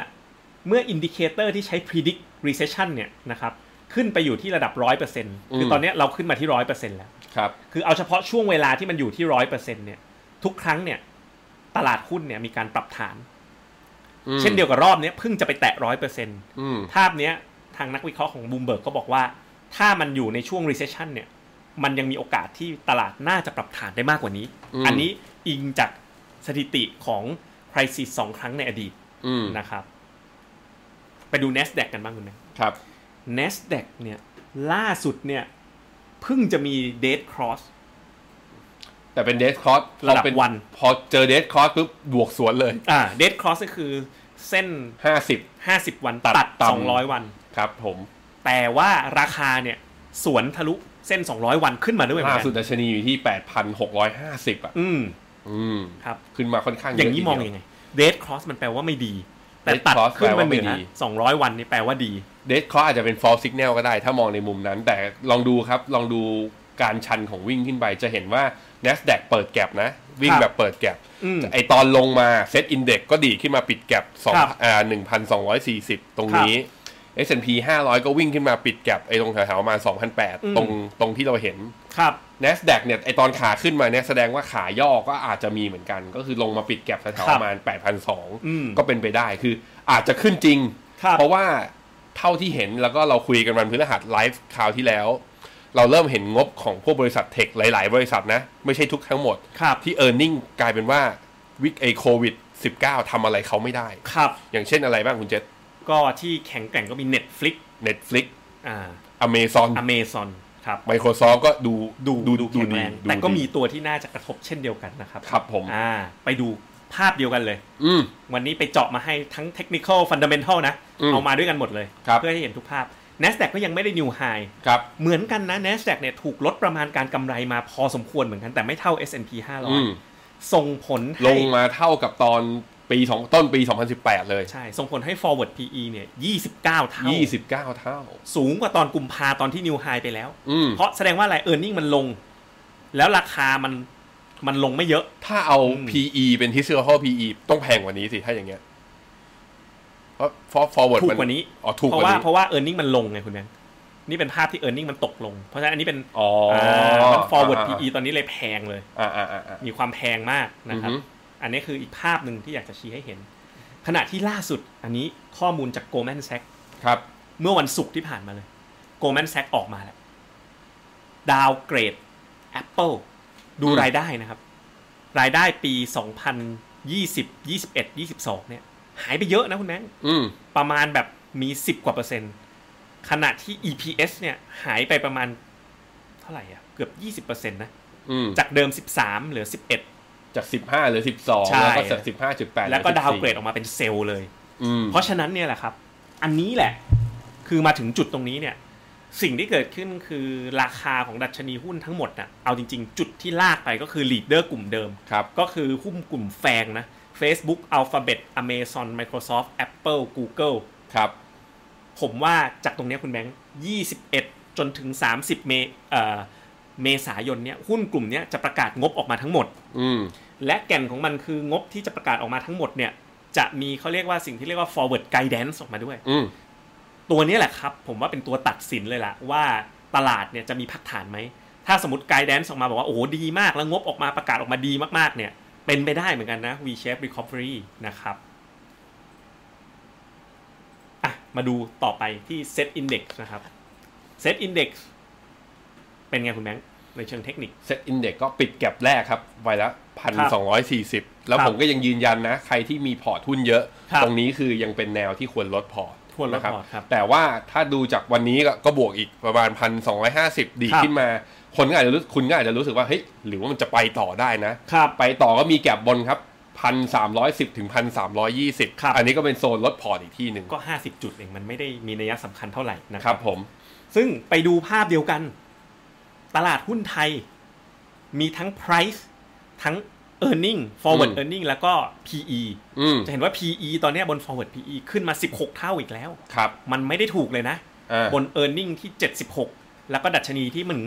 B: เมื่ออินดิเคเตอร์ที่ใช้ predict recession เนี่ยนะครับขึ้นไปอยู่ที่ระดับ 100%คือ
C: ม
B: ตอนเนี้ยเราขึ้นมาที่ 100%แล้ว
C: ครับ
B: คือเอาเฉพาะช่วงเวลาที่มันอยู่ที่ 100%เนี่ยทุกครั้งเนี่ยตลาดหุ้นเนี่ยมีการปรับฐาน
C: อืม
B: เช่นเดียวกับรอบเนี้ยเพิ่งจะไปแตะ 100%
C: อืม
B: ภาพเนี้ยทางนักวิเคราะห์ของบูมเบิร์กก็บอกว่า ถ้ามันอยู่ในช่วง recession เนี่ยมันยังมีโอกาสที่ตลาดน่าจะปรับฐานได้มากกว่านี้
C: อืม
B: อันนี้อิงจากสถิติของ crisis สองครั้งในอดีต
C: อืม
B: นะครับ ไปดู NASDAQ กันบ้างคุณแม่
C: ครับ
B: NASDAQ เนี่ยล่าสุดเนี่ยเพิ่งจะมี dead cross
C: แต่เป็นเดสคอร์ส
B: ระดับวัน
C: พอเจอเดสคอร์สปุ๊บบวกสวนเลย
B: อ่า dead cross ก็คือเส้น
C: ห้าสิบ
B: 50 วัน
C: ตั
B: ตั
C: ด
B: ด
C: ต่ำ
B: 200 วัน
C: ครับผม
B: แต่ว่าราคาเนี่ยสวนทะลุเส้น 200 วันขึ้นมาด้วยเหมือ
C: ล่าน
B: กั
C: สุด
B: น
C: ดัชนีอยู่ที่ 8,650 อ่ะ
B: อืม
C: อืม
B: ครับ
C: ขึ้นมาค่อนข้างเะ
B: อย่างนี้มอง
C: ทีเดีว
B: ยังไง เดทครอสมันแปลว่าไม่ดี แต่
C: Dead
B: ตัด
C: cross
B: ขึ้นมา
C: แปลว่า
B: เห
C: ไม่
B: นือ
C: ดี
B: สองร้อยวันนี่แปลว่าดี
C: เดทคอร์สอาจจะเป็น false signal ก็ได้ ถ้ามองในมุมนั้น แต่ลองดูครับ ลองดูการชันของวิ่งขึ้นไป จะเห็นว่า NASDAQ เปิดแก็บนะ วิ่ง
B: ครับ
C: แบบเปิดแก็บ
B: อืม
C: ไอตอนลงมาเซตอินเด็กก็ดีดขึ้นมาปิดแก็บสอง
B: ครับ
C: อ่าหนึ่งพันสองร้อยสี่สิบตรงนี้ S&P 500 ก็วิ่งขึ้นมาปิดแก็บไอตรงแถวๆประมาณ
B: อืม
C: 2,008ตรงตรงที่เราเห็น
B: ครับ
C: n a s d a q เนี่ยไอตอนขาขึ้นมาเนี่ยแสดงว่าขาย่อก็อาจจะมีเหมือนกัน ก็คือลงมาปิดแก็บแถวๆประมาณ
B: อืม
C: 8,200 ก็เป็นไปได้คืออาจจะขึ้นจริง
B: ครับ
C: เพราะว่าเท่าที่เห็นแล้วก็เราคุยกันวันพฤหัสไลฟ์คราวที่แล้ว เราเริ่มเห็นงบของพวกบริษัทเทคหลาย ๆ บริษัทนะ ไม่ใช่ทุกทั้งหมด
B: ครับ
C: ที่ e a r n i n g กลายเป็นว่าวิกไอโควิด19ทำอะไรเขาไม่ได้
B: ครับ
C: อย่างเช่นอะไรบ้างคุณเจษ
B: ก็ที่แข็งแกร่งก็มี Netflix
C: Netflix
B: อ่า
C: อเมซอน
B: อเมซอนครับ
C: Microsoft ก็ดู
B: ดู
C: ดู
B: ดูแข็งแรง
C: ดูดี
B: แต่ก็มีตัวที่น่าจะกระทบเช่นเดียวกันนะครับ
C: ครับผม
B: อ่า ไปดูภาพเดียวกันเลย
C: อืม
B: วันนี้ไปเจาะมาให้ทั้งเทคนิค l f ฟันดัมเบ n ทัลนะ
C: อืม
B: เอามาด้วยกันหมดเลย
C: ครับ
B: เพื่อให้เห็นทุกภาพ n a s d a q ก็ยังไม่ได้นิวไฮ
C: ครับ
B: เหมือนกันนะ n a s d a q เนี่ยถูกลดประมาณการกำไรมาพอสมควรเหมือนกันแต่ไม่เท่า S&P
C: อืม
B: 500 ส่งผล
C: ล
B: ให้
C: งมาเท่ากับตอนปีสองต้นปี 2018 เลย
B: ใช่ ส่งผลให้ forward PE เนี่ย 29 เท่า
C: 29 เท่า
B: สูงกว่าตอนกุมภาตอนที่นิวไฮไปแล้ว
C: อืม
B: เพราะแสดงว่าอะไร e a r n i n g มันลง แล้วราคามันมันลงไม่เยอะ
C: ถ้าเอา
B: อืม
C: PE เป็น historical PE ต้องแพงกว่านี้สิ ถ้าอย่างเงี้ยเพราะ for- forward
B: ถูก
C: มั
B: กว่านี้
C: อ๋อ ถูก
B: เพ
C: ก
B: ราะว่า
C: ว่านี้
B: เพราะว่า e a r n i n g มันลงไงคุณแบงค์นี่เป็นภาพที่ e a r n i n g มันตกลง เพราะฉะนั้นอันนี้เป็น
C: อ๋ออ่
B: ามัน forward
C: อ่า
B: PE ตอนนี้เลยแพงเลย
C: อ่าอ่าอ่าอ่า
B: มีความแพงมากนะครับ
C: อือฮึ
B: อันนี้คืออีกภาพหนึ่งที่อยากจะชี้ให้เห็น ขณะที่ล่าสุดอันนี้ข้อมูลจาก Goldman Sachs
C: ครับ
B: เมื่อวันศุกร์ที่ผ่านมาเลย Goldman Sachs ออกมาแล้ว ดาวเกรด Apple ดู
C: อืม
B: รายได้นะครับ รายได้ปี 2020 21 22 เนี่ย หายไปเยอะนะคุณแม่ง
C: อืม
B: ประมาณแบบมี 10 กว่าเปอร์เซ็นต์ ขณะที่ EPS เนี่ยหายไปประมาณเท่าไหร่อ่ะ เกือบ 20เปอร์เซ็นต์นะ
C: อืม
B: จากเดิม 13 เหลือ 11
C: จาก 15เหรือ 12
B: ใช่
C: แล้วก็จาก15.8
B: แล้วก็ดาวเกรดออกมาเป็นเซลล์เลย
C: อืม
B: เพราะฉะนั้นเนี่ยแหละครับ อันนี้แหละ คือมาถึงจุดตรงนี้เนี่ย สิ่งที่เกิดขึ้นคือราคาของดัชนีหุ้นทั้งหมดน่ะ เอาจริงๆ จุดที่ลากไปก็คือลีดเดอร์กลุ่มเดิม
C: ครับ
B: ก็คือหุ้นกลุ่มแฟงนะ Facebook Alphabet Amazon Microsoft Apple Google
C: ครับ
B: ผมว่าจากตรงเนี้ยคุณแบงค์ 21 จนถึง 30 เมเอ่อเมษายนเนี่ย หุ้นกลุ่มเนี้ยจะประกาศงบออกมาทั้งหมด
C: อืม
B: และแก่นของมันคืองบที่จะประกาศออกมาทั้งหมดเนี่ย จะมีเขาเรียกว่าสิ่งที่เรียกว่า forward guidance ออกมาด้วย
C: อืม
B: ตัวเนี้ยแหละครับ ผมว่าเป็นตัวตัดสินเลยล่ะ ว่าตลาดเนี่ยจะมีพักฐานไหม ถ้าสมมติไกด์แดนซ์ออกมาบอกว่า โอ้โหดีมาก แล้วงบออกมาประกาศออกมาดีมากๆ เนี่ย เป็นไปได้เหมือนกันนะ V shape recovery นะครับอ่ะมาดูต่อไปที่ Set Index นะครับ Set Index เป็นไงคุณแบงค์ในเชิงเทคนิค
C: เซ็ตอินเด็กก็ปิดแก็บแรกครับไปละพันสองร้อยสี่สิบแล้
B: ค
C: ว
B: รับ
C: ผมก็ยังยืนยันนะ ใครที่มีพอร์ตหุ้นเยอะ
B: ครับ
C: ตรงนี้คือยังเป็นแนวที่ควรลดพอร์ต
B: ควรลด
C: นะ
B: พอร์ตครับ
C: แต่ว่าถ้าดูจากวันนี้ก็ก็บวกอีกประมาณพันสองร้อยห้าสิบดีด
B: ครับ
C: ขึ้นมา คนก็อาจจะรู้คุณก็อาจจะรู้สึกว่า เฮ้ย หรือว่ามันจะไปต่อได้นะ
B: ครับ
C: ไปต่อก็มีแก็บบนครับพันสามร้อยสิบถึงพันสามร้อยยี่สิบ
B: ครับ
C: อันนี้ก็เป็นโซนลดพอร์ตอีกที่หนึ่ง
B: ก็ 50 จุดเองมันไม่ได้มีนัยสำคัญเท่าไหร่นะค
C: ครั
B: รับ
C: บผม
B: ซึ่งไปดูภาพเดียวกัน ตลาดหุ้นไทย มีทั้ง price ทั้ง earning forward earning แล้วก็ PE
C: อืม
B: จะเห็นว่า PE ตอนเนี้ยบน forward PE ขึ้นมา 16 เท่าอีกแล้ว
C: ครับ
B: มันไม่ได้ถูกเลยนะ
C: อ่า
B: บน earning ที่ 76 แล้วก็ดัชนีที่มัน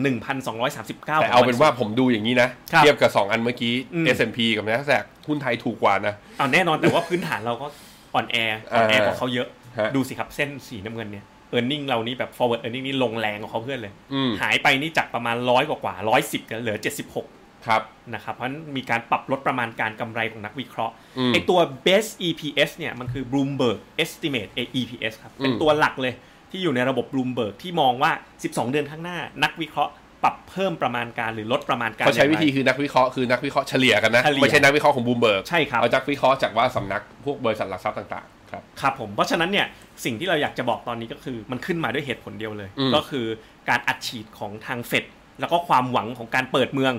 B: 1,239
C: แต่เอาเป็นว่าผมดูอย่างนี้นะ
B: ครับ
C: เทียบกับ 2 อันเมื่อกี้
B: อืม
C: S&P กับ n a s d a q หุ้นไทยถูกกว่านะ
B: เอาแน่นอนแต่ว่าพื้นฐานเราก็อ่อนแออ่อนแอกว่าเขาเยอะ
C: ฮะ
B: ดูสิครับเส้นสีน้ำเงินเนี่ย earning เรานี่แบบ forward earning นี่ลงแรงกว่าเขาเพื่อนเลย
C: อืม
B: หายไปนี่จากประมาณร้อยกว่าร้อยสิบกันเหลือ 76
C: ครับ
B: นะครับเพราะฉะนั้นมีการปรับลดประมาณการกำไรของนักวิเคราะห์
C: อืม
B: ไอตัว best EPS เนี่ยมันคือ Bloomberg estimate EPS ครับ เป็น
C: อืม
B: ตัวหลักเลยที่อยู่ในระบบ Bloomberg ที่มองว่า 12 เดือนข้างหน้า นักวิเคราะห์ปรับเพิ่มประมาณการหรือลดประมาณการ
C: เขา
B: อ
C: ใช้
B: ย่ง
C: วิ
B: ไร
C: ธีคือนักวิเคราะห์คือนักวิเคราะห์เฉลี่ยกันนะ
B: เฉลี่ย
C: ไม่ใช่นักวิเคราะห์ของบูมเบิร์ก
B: ใช่ครับ
C: เอานักวิเคราะห์จากว่าสำนักพวกบริษัทหลักทรัพย์ต่างๆ ครับ
B: ครับผมเพราะฉะนั้นเนี่ยสิ่งที่เราอยากจะบอกตอนนี้ก็คือมันขึ้นมาด้วยเหตุผลเดียวเลย
C: อืม
B: ก็คือการอัดฉีดของทางเฟดแล้วก็ความหวังของการเปิดเมือง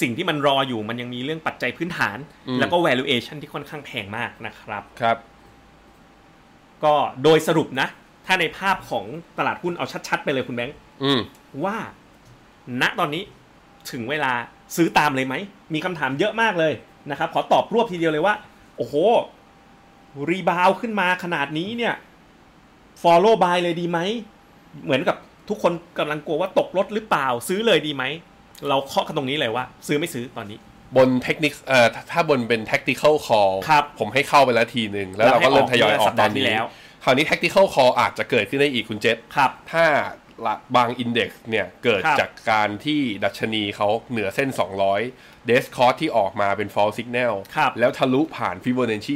B: สิ่งที่มันรออยู่มันยังมีเรื่องปัจจัยพื้นฐาน แล้วก็ valuation ที่ค่อนข้างแพงมากนะครับ
C: ครับ
B: ก็โดยสรุปนะ ถ้าในภาพของตลาดหุ้นเอาชัดๆ ไปเลยคุณแบงค์
C: อืม
B: ว่าณตอนนี้ถึงเวลาซื้อตามเลยไหม มีคำถามเยอะมากเลยนะครับ ขอตอบรวบทีเดียวเลยว่า โอ้โห รีบาวขึ้นมาขนาดนี้เนี่ย follow buy เลยดีไหม เหมือนกับทุกคนกำลังกลัวว่าตกรถหรือเปล่าซื้อเลยดีไหม เราเคาะกันตรงนี้เลยว่า ซื้อไม่ซื้อตอนนี้
C: บนเทคนิคเอ่อถ้าถ้าบนเป็น tactical call
B: ครับ
C: ผมให้เข้าไปแล้วทีหนึ่งแล้วเราก็เริ่มทยอยออกตอนนี้
B: แล้ว
C: คราวนี้ tactical call อาจจะเกิดขึ้นได้อีกคุณเจษ
B: ครับ
C: ถ้าละบางอินเด็กซ์เนี่ยเกิด
B: ครับ
C: จากการที่ดัชนีเขาเหนือเส้น 200 เดสคอร์สที่ออกมาเป็น false signal
B: ครับ
C: แล้วทะลุผ่านฟิโบนัชชี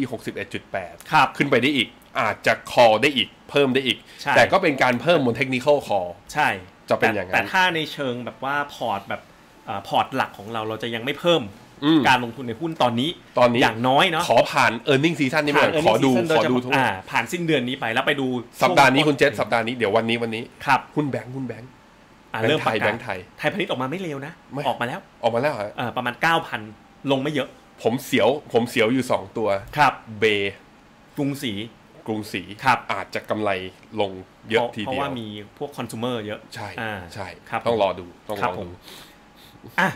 C: 61.8
B: ครับ
C: ขึ้นไปได้อีก อาจจะ call ได้อีก เพิ่มได้อีก
B: ใช่
C: แต่ก็เป็นการเพิ่มบน technical call
B: ใช่
C: จะเป็นอย่างนั้น
B: แต่แต่ถ้าในเชิงแบบว่าพอร์ตแบบเอ่อพอร์ตหลักของเราเราจะยังไม่เพิ่ม
C: อืม
B: การลงทุนในหุ้นตอนนี้
C: ตอนนี้
B: อย่างน้อยเนาะ
C: ขอผ่าน e a r n i n g ็ season นี้ไปก่อนขอดูขอดูทุก
B: อ่าผ่านสิ้นเดือนนี้ไปแล้วไปดู
C: สัปดาห์นี้คุณเจษสัปดาห์นี้เดี๋ยววันนี้วันนี้
B: ครับ
C: หุ้นแบงค์หุ้นแบงค์
B: อ่า
C: แบงค์
B: เริ่ม
C: ไทย
B: ประกาศ
C: แบงค์ไทย
B: ไทยพาณิชย์ออกมาไม่เร็วนะ
C: ไม่
B: ออกมาแล้ว
C: ออกมาแล้วฮะ
B: เอ่อประมาณ 9,000 ลงไม่เยอะ
C: ผมเสียวผมเสียวอยู่สองตัว
B: ครับ
C: เบย์
B: กรุงศรี
C: กรุงศรี
B: ครับ
C: อาจจะกำไรลงเยอะ
B: เพราะ
C: ที
B: เพ
C: เดี
B: ราะ
C: ยว
B: ว่ามีพวกคอน sumer เยอะ
C: ใช่
B: อ่า
C: ใช่
B: ครับ
C: ต้องรอดูต้อง
B: ค
C: ร
B: รับ
C: อ
B: ผ
C: ดู
B: มอ่ะ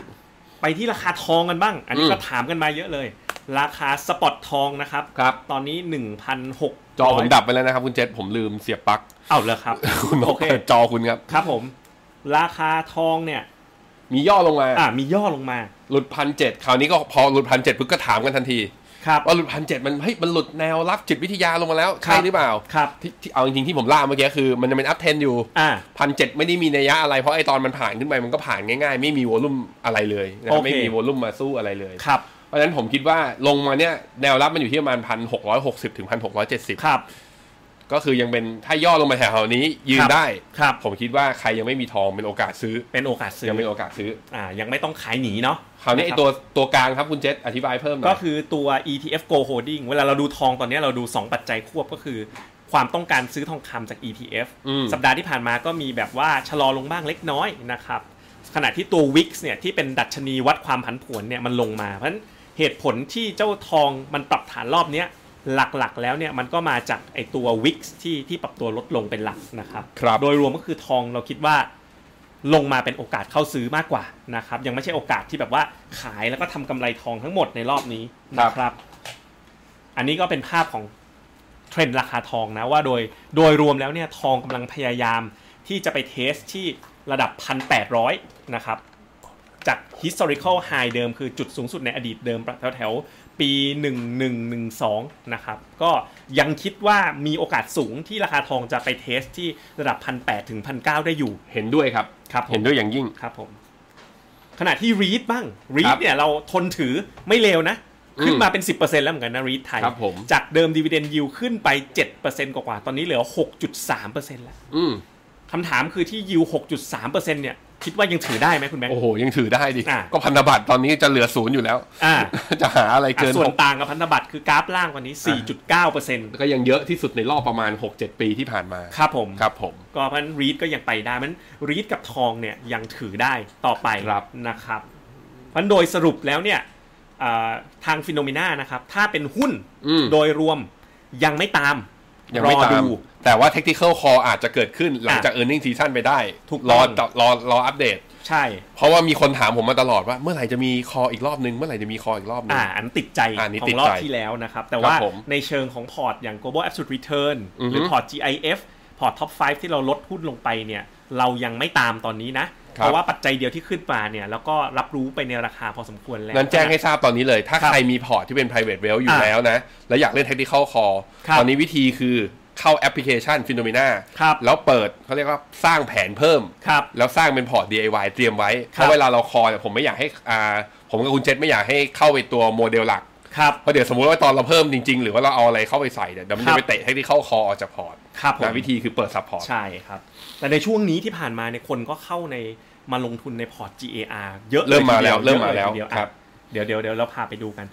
B: ไปที่ราคาทองกันบ้าง อันนี้
C: อืม
B: ก็ถามกันมาเยอะเลย ราคาสปอตทองนะครับ
C: ครับ
B: ตอนนี้หนึ่งพันหก
C: จอผมดับไปแล้วนะครับ คุณเจษผมลืมเสียบปลั๊ก
B: เอ้าเหรอครับ
C: คุณน
B: โอก เค
C: เปิดจอคุณครับ
B: ครับผม ราคาทองเนี่ย
C: มีย่อลงมา
B: อ่ามีย่อลงมา
C: หลุดพันเจ็ดคราวนี้ก็พอหลุดพันเจ็ดปุ๊บก็ถามกันทันที
B: ครับ
C: ว่าหลุดพันเจ็ดมันเฮ้ยมันหลุดแนวรับจิตวิทยาลงมาแล้ว
B: ค
C: ใช่
B: รับ
C: หรือเปล่า
B: ครับ
C: ที่ที่เอาจริงๆที่ผมล่าเมื่อกี้คือ มันจะเป็นอัพเทนอยู่
B: อ่า
C: พันเจ็ดไม่ได้มีนัยยะอะไรเพราะไอตอนมันผ่านขึ้นไปมันก็ผ่านง่ายๆ ไม่มีวอลุ่มอะไรเลยนะค
B: โอ
C: รับ
B: เค
C: ไม่มีวอลุ่มมาสู้อะไรเลย
B: ครับ
C: เพราะฉะนั้นผมคิดว่าลงมาเนี่ยแนวรับมันอยู่ที่ประมาณพันหกร้อยหกสิบถึงพันหกร้อยเจ็ดสิบ
B: ครับ
C: ก็คือยังเป็นถ้าย่อลงมาแถวๆนี้ยืนได้
B: ครับ
C: ผมคิดว่าใครยังไม่มีทองเป็นโอกาสซื้อ
B: เป็นโอกาสซื้อ
C: ยังเป็นโอกาสซื้อ
B: อ่า ยังไม่ต้องขายหนีเนาะ
C: คราวนี้ไอ
B: นะบ
C: ตัวตัวกลางครับคุณเจษอธิบายเพิ่มหน่
B: ก็
C: อย
B: คือตัว ETF Go Holding เวลาเราดูทองตอนนี้เราดู 2 ปัจจัยควบก็คือ ความต้องการซื้อทองคำจาก ETF
C: ม
B: สัปดาห์ที่ผ่านมาก็มีแบบว่าชะลอลงบ้างเล็กน้อยนะครับ ขณะที่ตัว Wix เนี่ยที่เป็นดัชนีวัดความผันผวนเนี่ยมันลงมา เพราะฉะนั้นเหตุผลที่เจ้าทองมันปรับฐานรอบเนี้ยหลักๆแล้วเนี่ยมันก็มาจากไอตัว Wix ที่ที่ปรับตัวลดลงเป็นหลักนะครับ
C: ครับ
B: โดยรวมก็คือทองเราคิดว่าลงมาเป็นโอกาสเข้าซื้อมากกว่านะครับ ยังไม่ใช่โอกาสที่แบบว่าขายแล้วก็ทำกำไรทองทั้งหมดในรอบนี้
C: ครับ
B: นะครับ อันนี้ก็เป็นภาพของเทรนด์ราคาทองนะว่าโดยโดยรวมแล้วเนี่ยทองกำลังพยายามที่จะไปเทสที่ระดับ 1,800 นะครับ จาก historical high เดิมคือจุดสูงสุดในอดีตเดิมแถวแถวๆปี 1112 นะครับ ก็ยังคิดว่ามีโอกาสสูงที่ราคาทองจะไปเทสที่ระดับ 1,800 ถึง 1,900 ได้อยู่
C: เห็นด้วยครับ
B: ครับผม
C: เห็นด้วยอย่างยิ่ง
B: ครับผม ขณะที่รีดบ้างรี
C: ครั
B: ด
C: บ
B: เนี่ยเราทนถือไม่เลวนะ ขึ้น
C: อืม
B: มาเป็น 10%แล้วเหมือนกันนะรีดไทย
C: ครับผม
B: จากเดิมดีเวเดนยิวขึ้นไป 7%กว่าๆตอนนี้เหลือ 6.3%แล้ว
C: อืม
B: คำถามคือที่ยิว 6.3%เนี่ย คิดว่ายังถือได้ไหมคุณแบงค์
C: โอ้โห ยังถือได้ดิ
B: อ่ะ
C: ก็พันธบัตรตอนนี้จะเหลือศูนย์อยู่แล้ว
B: อ่า
C: จะหาอะไรเกิน
B: อ่ะส่ว
C: ห
B: น
C: ก
B: ต่างกับพันธบัตรคือกราฟล่างกว่านี้ 4.9%
C: ก็ยังเยอะที่สุดในรอบประมาณ 6-7 ปีที่ผ่านมา
B: ครับผม
C: ครับผม
B: ก็เพราะฉะนันรีดก็ยังไปได้มันรีดกับทองเนี่ยยังถือได้ต่อไป
C: ครับ
B: นะครับเพราะฉะนันโดยสรุปแล้วเนี่ยอ่าทางฟิโนเมนานะครับ ถ้าเป็นหุ้น
C: อืม
B: โดยรวมยังไม่ตาม
C: ยังไม่
B: รอ
C: ตาม
B: ดู
C: แต่ว่า technical call อาจจะเกิดขึ้นหลังจาก earning season ไปได้
B: ถูก
C: รอ
B: ต้อง
C: รอรออัปเดต
B: ใช่
C: เพราะว่ามีคนถามผมมาตลอดว่าเมื่อไหร่จะมีคออีกรอบนึงเมื่อไหร่จะมีคออีกรอบนึง
B: อ่าอันติดใจ
C: อ่าอันนี้
B: ขอ
C: ติ
B: ง
C: ด
B: รอบ
C: ใจ
B: ที่แล้วนะครับ แต่
C: ครับ
B: ว่า
C: ผม
B: ในเชิงของพอร์ตอย่าง global absolute return
C: อือฮึ
B: หรือพอร์ต GIF พอร์ต top 5 ที่เราลดหุ้นลงไปเนี่ย เรายังไม่ตามตอนนี้นะ
C: ครับ
B: เพราะว่าปัจจัยเดียวที่ขึ้นมาเนี่ยแล้วก็รับรู้ไปในราคาพอสมควรแล้ว
C: นั้นแจ้งให้ทราบตอนนี้เลย ถ้า
B: ครับ
C: ใครมีพอร์ตที่เป็น private wealth อยู่
B: อ่า
C: แล้วนะ แล้วอยากเล่น technical call
B: ครับ
C: ตอนนี้วิธีคือเข้าแอปพลิเคชัน p h e n o m e n a
B: ครับ
C: แล้วเปิดเขาเรียกว่าสร้างแผนเพิ่ม
B: ครับ
C: แล้วสร้างเป็นพอร์ต DIY เตรียมไว้
B: ครับ
C: เพราะเวลาเราคอเนี่ยผมไม่อยากให้อ่าผมกับคุณเจษไม่อยากให้เข้าไปตัวโมเดลหลัก
B: ครับ
C: เพราะเดี๋ยวสมมติว่าตอนเราเพิ่มจริง ๆ หรือว่าเราเอาอะไรเข้าไปใส่เนี่ยเดี๋ยวมัน
B: ครั
C: จะ
B: บ
C: ไปเตะ technical call ออกจากพอร์ต
B: ครับผม
C: นะวิธีคือเปิด support
B: ใช่ครับ แต่ในช่วงนี้ที่ผ่านมาเนี่ยคนก็เข้าในมาลงทุนในพอร์ต GAR เยอะย
C: เริ่มมา
B: ทีดีย
C: แล้วเริ่มมา
B: ยอะย
C: แล้ว
B: ทีเดีย
C: ครั
B: อ่ะ
C: บ
B: เดี๋ยวเดี๋ยวเดี๋ยวเราพาไปดูกัน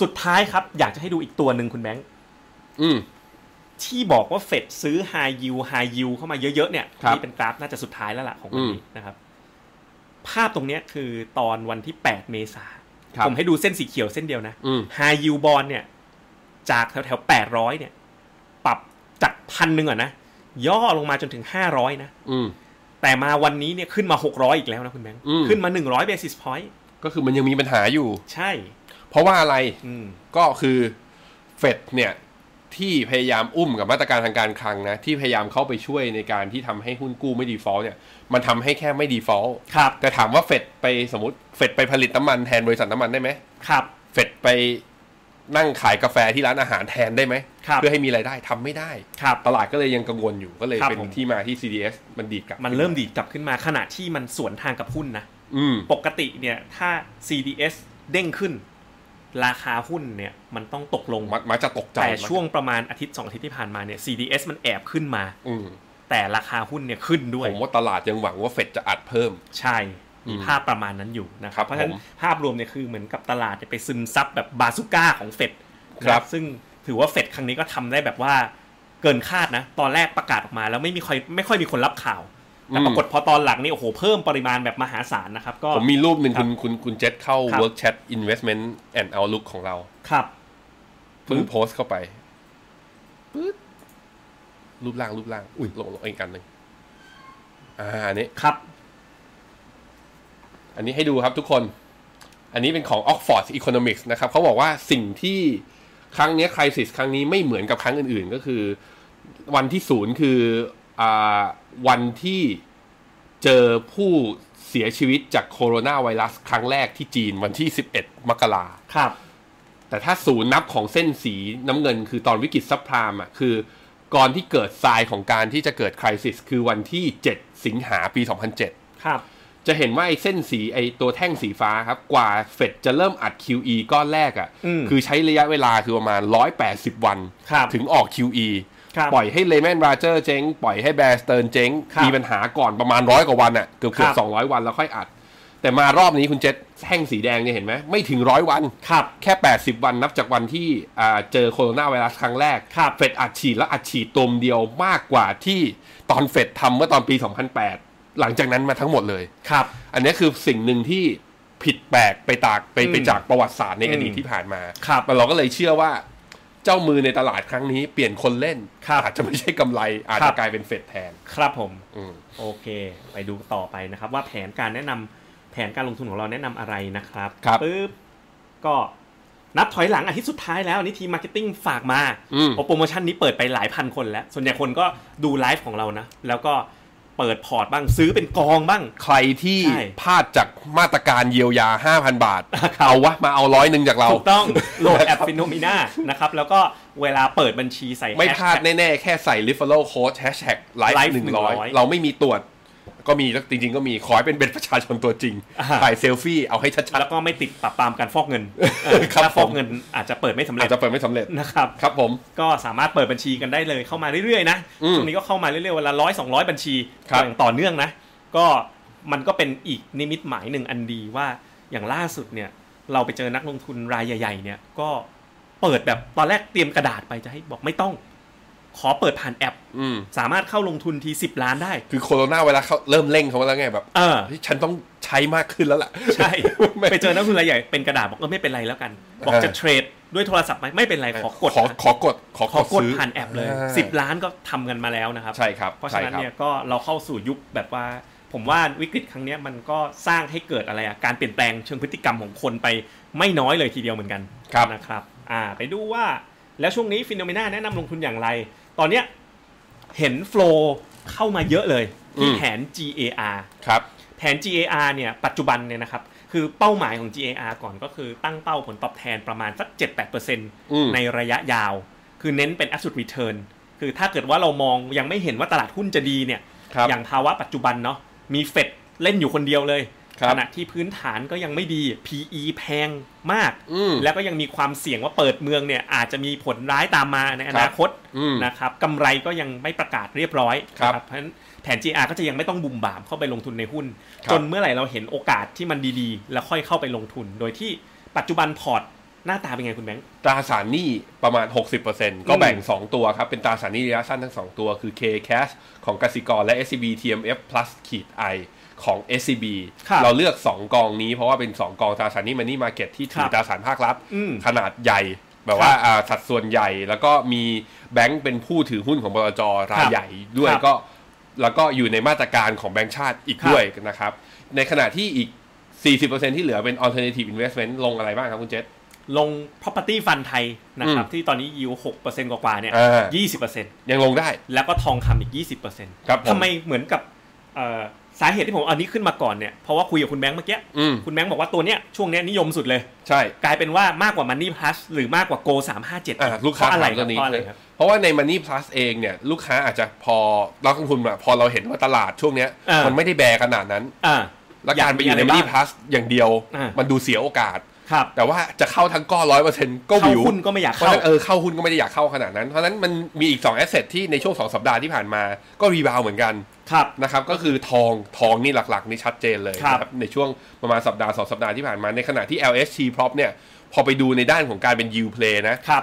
B: สุดท้ายครับอยากจะให้ดูอีกตัวหนึ่งคุณแบงค์
C: อืม
B: ที่บอกว่าเฟดซื้อ High Yield High Yield เข้ามาเยอะ ๆ เนี่ย
C: ครับ
B: นี่เป็นกราฟน่าจะสุดท้ายแล้วล่ะของวัน
C: อืม
B: นี้นะครับ ภาพตรงเนี้ยคือตอนวันที่ 8 เมษา
C: ครับ
B: ผมให้ดูเส้นสีเขียวเส้นเดียวนะ
C: อืม
B: High Yield Bond เนี่ย จากแถวๆ 800 เนี่ย ปรับจากพันหนึ่งอ่ะนะ ย่อลงมาจนถึง 500 นะ
C: อืม
B: แต่มาวันนี้เนี่ยขึ้นมา 600 อีกแล้วนะคุณแบงค์
C: อืม
B: ขึ้นมา 100 basis point
C: ก็คือมันยังมีปัญหาอยู่
B: ใช่
C: เพราะว่าอะไร
B: อืม
C: ก็คือเฟดเนี่ยที่พยายามอุ้มกับมาตรการทางการคลังนะ ที่พยายามเข้าไปช่วยในการที่ทำให้หุ้นกู้ไม่ดีฟอลต์เนี่ย มันทำให้แค่ไม่ดีฟอลต์
B: ครับ
C: แต่ถามว่าเฟดไปสมมติเฟดไปผลิตน้ำมันแทนบริษัทน้ำมันได้ไหม
B: ครับ
C: เฟดไปนั่งขายกาแฟที่ร้านอาหารแทนได้ไหม
B: ครับ
C: เพื่อให้มีรายได้ทำไม่ได้
B: ครับ
C: ตลาดก็เลยยังกังวลอยู่ก็เลย
B: ครับ
C: เป็น
B: ผม
C: ที่มาที่ CDS มันดีดกลับ
B: มันเริ่มดีดกลับขึ้นมาขณะที่มันสวนทางกับหุ้นนะ
C: อืม
B: ปกติเนี่ยถ้า CDS เด้งขึ้น ราคาหุ้นเนี่ยมันต้องตกลง
C: มักมักจะตกใจ
B: แต่ช่วงประมาณอาทิตย์ 2 อาทิตย์ที่ผ่านมาเนี่ย CDS มันแอบขึ้นมา
C: อืม
B: แต่ราคาหุ้นเนี่ยขึ้นด้ว
C: ผ
B: ย
C: มว่าตลาดยังหวังว่าเฟดจะอัดเพิ่ม
B: ใช่ มีภาพประมาณนั้นอยู่นะค
C: ค
B: รั
C: รั
B: บบ เพราะฉะนั้น
C: ผม
B: ภาพรวมเนี่ยคือเหมือนกับตลาดเนี่ยไปซึมซับแบบบาซูก้าของเฟดนะครับ ซึ่งถือว่าเฟดครั้งนี้ก็ทำได้แบบว่าเกินคาดนะ ตอนแรกประกาศออกมาแล้วไม่มีใครไม่ค่อยมีคนรับข่าว แต่ปรากฏพอตอนหลังนี่โอ้โหเพิ่มปริมาณแบบมหาศาลนะครับก็
C: ผมมีรูปหนึ่ง
B: ครั
C: คุ
B: บ
C: ณคุณคุณเจษเข้า
B: ครับ
C: work chat investment and outlook ของเรา
B: ครับ
C: เพิ่
B: อื
C: ง
B: ม
C: โพสต์เข้าไปปึ๊ดรูปร่างรูปร่าง อุ้ยลงลงอีกอันหนึ่งอ่าอันนี้
B: ครับ
C: อันนี้ให้ดูครับทุกคน อันนี้เป็นของ Oxford Economics นะครับเขาบอกว่าสิ่งที่ครั้งเนี้คริสิสครั้งนี้ไม่เหมือนกับครั้งอื่นๆ ก็คือ วันที่ศูนย์คืออาวันที่เจอผู้เสียชีวิตจากโคโรนาไวรัสครั้งแรกที่จีนวันที่ 11 มกรา
B: ครับ
C: แต่ถ้าศูนย์นับของเส้นสีน้ำเงินคือตอนวิกฤตซับพรามอ่ะคือก่อนที่เกิดทรายของการที่จะเกิดคริสิสคือวันที่ 7 สิงหาปี 2007
B: ครับ
C: จะเห็นว่าไอ้เส้นสีไอ้ตัวแท่งสีฟ้าครับ กว่าเฟดจะเริ่มอัด QE ก้อนแรกอะ่ะ
B: อืม
C: คือใช้ระยะเวลาคือประมาณ 180 วัน
B: ครับ
C: ถึงออก QE
B: ครับ
C: ปล่อยให้เลแมนราเจอร์เจ๊ง ปล่อยให้แบร์สเต r ร์เจ๊ง
B: ครับ
C: มีปัญหาก่อนประมาณร้อยกว่าวันอะ่ะ เกือบ
B: ครั
C: เกือบบ สองร้อยวันแล้วค่อยอัด แต่มารอบนี้คุณเจษแท่งสีแดงเนี่ยเห็นไหมไม่ถึงร้อยวัน
B: ครับ
C: แค่ 80 วันนับจากวันที่อ่าเจอโคโรนาไวรัสครั้งแรก
B: ครับ
C: เฟดอัดฉีดและอัดฉีดตมเดียวมากกว่าที่ตอนเฟดทำเมื่อตอนปี 2008 หลังจากนั้นมาทั้งหมดเลย
B: ครับ
C: อันนี้คือสิ่งหนึ่งที่ผิดแปลกไปตากไป
B: อืม
C: ไปจากประวัติศาสตร์ในอดีต
B: อืม
C: ที่ผ่านมา
B: ครับ
C: แต่เราก็เลยเชื่อว่า เจ้ามือในตลาดครั้งนี้เปลี่ยนคนเล่น
B: ครับ
C: อาจจะไม่ใช่กำไร อาจ
B: ครั
C: จะ
B: บ
C: กลายเป็นเฟดแทน
B: ครับผม
C: อืม
B: โอเค ไปดูต่อไปนะครับ ว่าแผนการแนะนำแผนการลงทุนของเราแนะนำอะไรนะครับ
C: ครับ
B: ปึ๊บก็นับถอยหลังอาทิตย์สุดท้ายแล้วอันนี้ทีมมาร์เก็ตติ้งฝากมา
C: อืม
B: โอ้โปรโมชั่นนี้เปิดไปหลายพันคนแล้ว ส่วนใหญ่คนก็ดูไลฟ์ของเรานะ แล้วก็เปิดพอร์ตบ้างซื้อเป็นกองบ้าง
C: ใครที่
B: ใช่
C: พลาดจากมาตรการเยียวยา 5,000 บาท
B: ครับ
C: เอาวะ มาเอาร้อยหนึ่งจากเรา
B: ถูก ต้องโหลดแอปฟิโนมิน่านะครับ แล้วก็เวลาเปิดบัญชีใส่
C: ไม่พลาด
B: hashtag
C: แน่ ๆ แค่ใส่ referral code hashtag live
B: Live
C: หนึ่งร้อย
B: 100
C: เราไม่มีตรวจ ก็มีแล้วจริง ๆ ก็มีขอให้เป็นเป็นประชาชนตัวจริง
B: อ่า
C: ถ่ายเซลฟี่เอาให้ชัด
B: แล้วก็ไม่ติดปรับปรามการฟอกเงินเออ
C: ครับ
B: ถ้าฟอก
C: ผม
B: เงินอาจจะเปิดไม่สำ
C: ๆ
B: เร็
C: อา
B: จ
C: จจะเปิดไม่สำเร็จ
B: นะครับ
C: ครับผม
B: ก็สามารถเปิดบัญชีกันได้เลยเข้ามาเรื่อยๆนะ
C: อืม
B: ช่วงนี้ก็เข้ามาเรื่อยๆวันละร้อยสองร้อยบัญชี
C: ครับ
B: อย่างต่อเนื่องนะ ก็มันก็เป็นอีกนิมิตหมายหนึ่งอันดีว่าอย่างล่าสุดเนี่ย เราไปเจอนักลงทุนรายใหญ่ ๆ เนี่ยก็เปิดแบบตอนแรกเตรียมกระดาษไปจะให้บอกไม่ต้อง ขอเปิดผ่านแอป
C: อืม
B: สามารถเข้าลงทุนทีสิบล้านได้
C: คือโคโรนาเวลาเขาเริ่มเร่งเขาแล้วไงแบบ
B: เออ
C: เฮ้ยฉันต้องใช้มากขึ้นแล้วล่ะ
B: ใช่
C: ม่
B: ไปเจอนักลงทุนรายใหญ่เป็นกระดาษบอกเออไม่เป็นไรแล้วกัน บอกจะเทรดด้วยโทรศัพท์ไหมไม่เป็นไรขอกด
C: ขอ
B: นะ
C: ขอกดขอ
B: ขอกด
C: ซื้
B: ผ่านแอปเลย
C: า
B: สิบล้านก็ทำกันมาแล้วนะครับ
C: ใช่ครับ
B: เพราะ
C: ใช่
B: ฉะนั้น
C: คบ
B: เนี่ยก็เราเข้าสู่ยุคแบบว่า ผมว่าวิกฤตครั้งเนี้ยมันก็สร้างให้เกิดอะไรอะการเปลี่ยนแปลงเชิงพฤติกรรมของคนไปไม่น้อยเลยทีเดียวเหมือนกัน
C: ครับ
B: นะครับอ่าไปดูว่าแล้วช่วงนี้ฟิโนเมนาแนะนำลงทุนอย่างไร ตอนเนี้ยเห็นโฟลเข้ามาเยอะเลยที่แผน GAR
C: ครับ
B: แผน GAR เนี่ยปัจจุบันเนี่ยนะครับคือเป้าหมายของ GAR ก่อนก็คือตั้งเป้าผลตอบแทนประมาณสัก
C: ม
B: 7-8%ในระยะยาว คือเน้นเป็น absolute return คือถ้าเกิดว่าเรามองยังไม่เห็นว่าตลาดหุ้นจะดีเนี่ย
C: ครับ
B: อย่างภาวะปัจจุบันเนาะมีเฟดเล่นอยู่คนเดียวเลย
C: ครับ
B: ขณะที่พื้นฐานก็ยังไม่ดี PE แพงมาก
C: อืม
B: แล้วก็ยังมีความเสี่ยงว่าเปิดเมืองเนี่ยอาจจะมีผลร้ายตามมาในอนาคต
C: อืม
B: นะครับกำไรก็ยังไม่ประกาศเรียบร้อย
C: ครับ
B: นะเพราะฉะนั้นแผน GR ก็จะยังไม่ต้องบุ่มบ่ามเข้าไปลงทุนในหุ้น
C: ครับ
B: จนเมื่อไหร่เราเห็นโอกาสที่มันดีๆ แล้วค่อยเข้าไปลงทุน โดยที่ปัจจุบันพอร์ตหน้าตาเป็นไงคุณแบงค์
C: ตราสารหนี้ประมาณ 60%ก็แบ่ง 2 ตัวครับ เป็นตราสารหนี้ระยะสั้นทั้ง 2 ตัว คือ K Cash ของกสิกรและ SCB TMF plus ขีด I ของ SCB
B: ครับ
C: เราเลือก 2 กองนี้เพราะว่าเป็น 2 กองตราสารหนี้มันนี่มาเก็ตที่
B: ค
C: ถื
B: รั
C: อบ ตราสารภาครัฐ
B: อืม
C: ขนาดใหญ่ แบบว่าอ่าสัดส่วนใหญ่แล้วก็มีแบงก์เป็นผู้ถือหุ้นของบลจ
B: ค
C: ราย
B: รับ
C: ใหญ่ด้ว
B: ค
C: ย
B: รับ
C: ก็แล้วก็อยู่ในมาตรการของแบงก์ชาติอีก
B: ครับ
C: ด้วยนะครับ ในขณะที่อีก 40%ที่เหลือเป็น alternative investment ลงอะไรบ้างครับคุณเจษ
B: ลง property fund ไทยนะครับ
C: อืม
B: ที่ตอนนี้ยิว6%กว่าๆเนี่ย
C: อ่า
B: 20%
C: ยังลงได้
B: แล้วก็ทองคำอีก 20%
C: ครับผม
B: ทำไมเหมือนกับเอ่อสาเหตุที่ผมเอาอันนี้ขึ้นมาก่อนเนี่ย เพราะว่าคุยกับคุณแบงค์เมื่อกี้
C: อืม
B: คุณแบงค์บอกว่าตัวเนี้ยช่วงเนี้ยนิยมสุดเลย
C: ใช่
B: กลายเป็นว่ามากกว่ามันนี่พลัสหรือมากกว่าโก357
C: อ่ะลูกค้า
B: เพระอะไร
C: ถามเรื่องนี้
B: เพราะอะไรครับ
C: เพราะว่าใน Money Plus เองเนี่ยลูกค้าอาจจะพอเราลงทุนอะพอเราเห็นว่าตลาดช่วงเนี้ย
B: อ่ามั
C: มันไม่ได้แบร์ขนาดนั้น
B: อ่า
C: และการไปอยู่ใน
B: อยากมีอะไร
C: Money Plus อย่างเดียว
B: อ่ามั
C: มันดูเสียโอกาส
B: ค ครับ
C: แต่ว่าจะเข้าทั้งก้อนร้อยเปอร์เซ็นต์ก็
B: เข้า
C: วิว
B: หุ้นก็ไม่อยาก
C: เพราะ
B: เข้า
C: ฉะนั้นเออเข้าหุ้นก็ไม่ได้อยากเข้าขนาดนั้น เพราะฉะนั้นมันมีอีก2แอสเซทที่ในช่วง 2 สัปดาห์ที่ผ่านมาก็รีบาวเหมือนกัน
B: ครับ
C: นะครับก็คือทองทองนี่หลักๆนี่ชัดเจนเลย
B: ครับ
C: นะในช่วงประมาณสัปดาห์สองสัปดาห์ที่ผ่านมาในขณะที่ LST prop เนี่ยพอไปดูในด้านของการเป็น yield play นะ
B: ครับ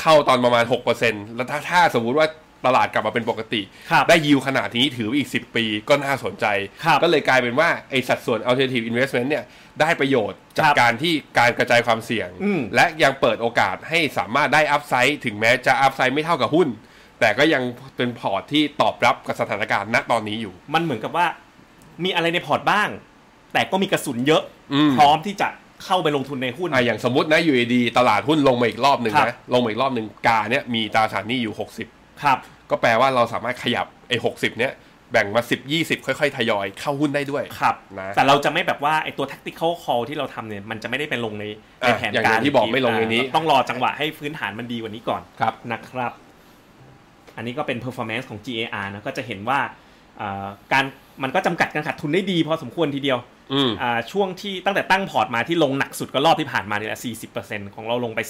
C: เข้าตอนประมาณ 6%แล้วถ้าถ้าสมมุติว่าตลาดกลับมาเป็นปกติ
B: ครับ
C: ได้ยิวขนาดนี้ถืออีก 10 ปีก็น่าสนใจ
B: ครับ
C: ก็เลยกลายเป็นว่า ไอสัดส่วน alternative investment เนี่ยได้ประโยชน์จาก
B: ครับ
C: การที่การกระจายความเสี่ยง
B: อืม
C: และยังเปิดโอกาสให้สามารถได้อัพไซด์ถึงแม้จะอัพไซด์ไม่เท่ากับหุ้น แต่ก็ยังเป็นพอร์ตที่ตอบรับกับสถานการณ์ณตอนนี้อยู่
B: มันเหมือนกับว่ามีอะไรในพอร์ตบ้าง แต่ก็มีกระสุนเยอะ
C: อืม
B: พร้อมที่จะเข้าไปลงทุนในหุ้น
C: อ่ะอย่างสมมตินะอยู่ดีๆตลาดหุ้นลงมาอีกรอบหนึ่ง
B: ครับ
C: นะลงมาอีกรอบหนึ่งกาเนี่ยมีตราสารหนี้อยู่ 60
B: ครับ
C: ก็แปลว่าเราสามารถขยับไอ้หกสิบเนี้ยแบ่งมาสิบยี่สิบค่อยๆ ทยอยเข้าหุ้นได้ด้วย
B: ครับ
C: นะ
B: แต่เราจะไม่แบบว่าไอตัว tactical call ที่เราทำเนี่ย มันจะไม่ได้เป็นลงในใน
C: อ่ะ
B: แผน
C: อย่าง
B: กา
C: อ
B: ร
C: ย่างที่บอกไม่ลงในนี้
B: อ่าต้องรอจังหวะให้พื้นฐานมันดีกว่านี้ก่อน
C: ครับ
B: นะครับ อันนี้ก็เป็น performance ของ GAR นะ ก็จะเห็นว่าอ่าการมันก็จำกัดการขาดทุนได้ดีพอสมควรทีเดียว
C: อืม
B: อ่าช่วงที่ตั้งแต่ตั้งพอร์ตมาที่ลงหนักสุดก็รอบที่ผ่านมาเนี่ยแหละ 40%ของเราลงไป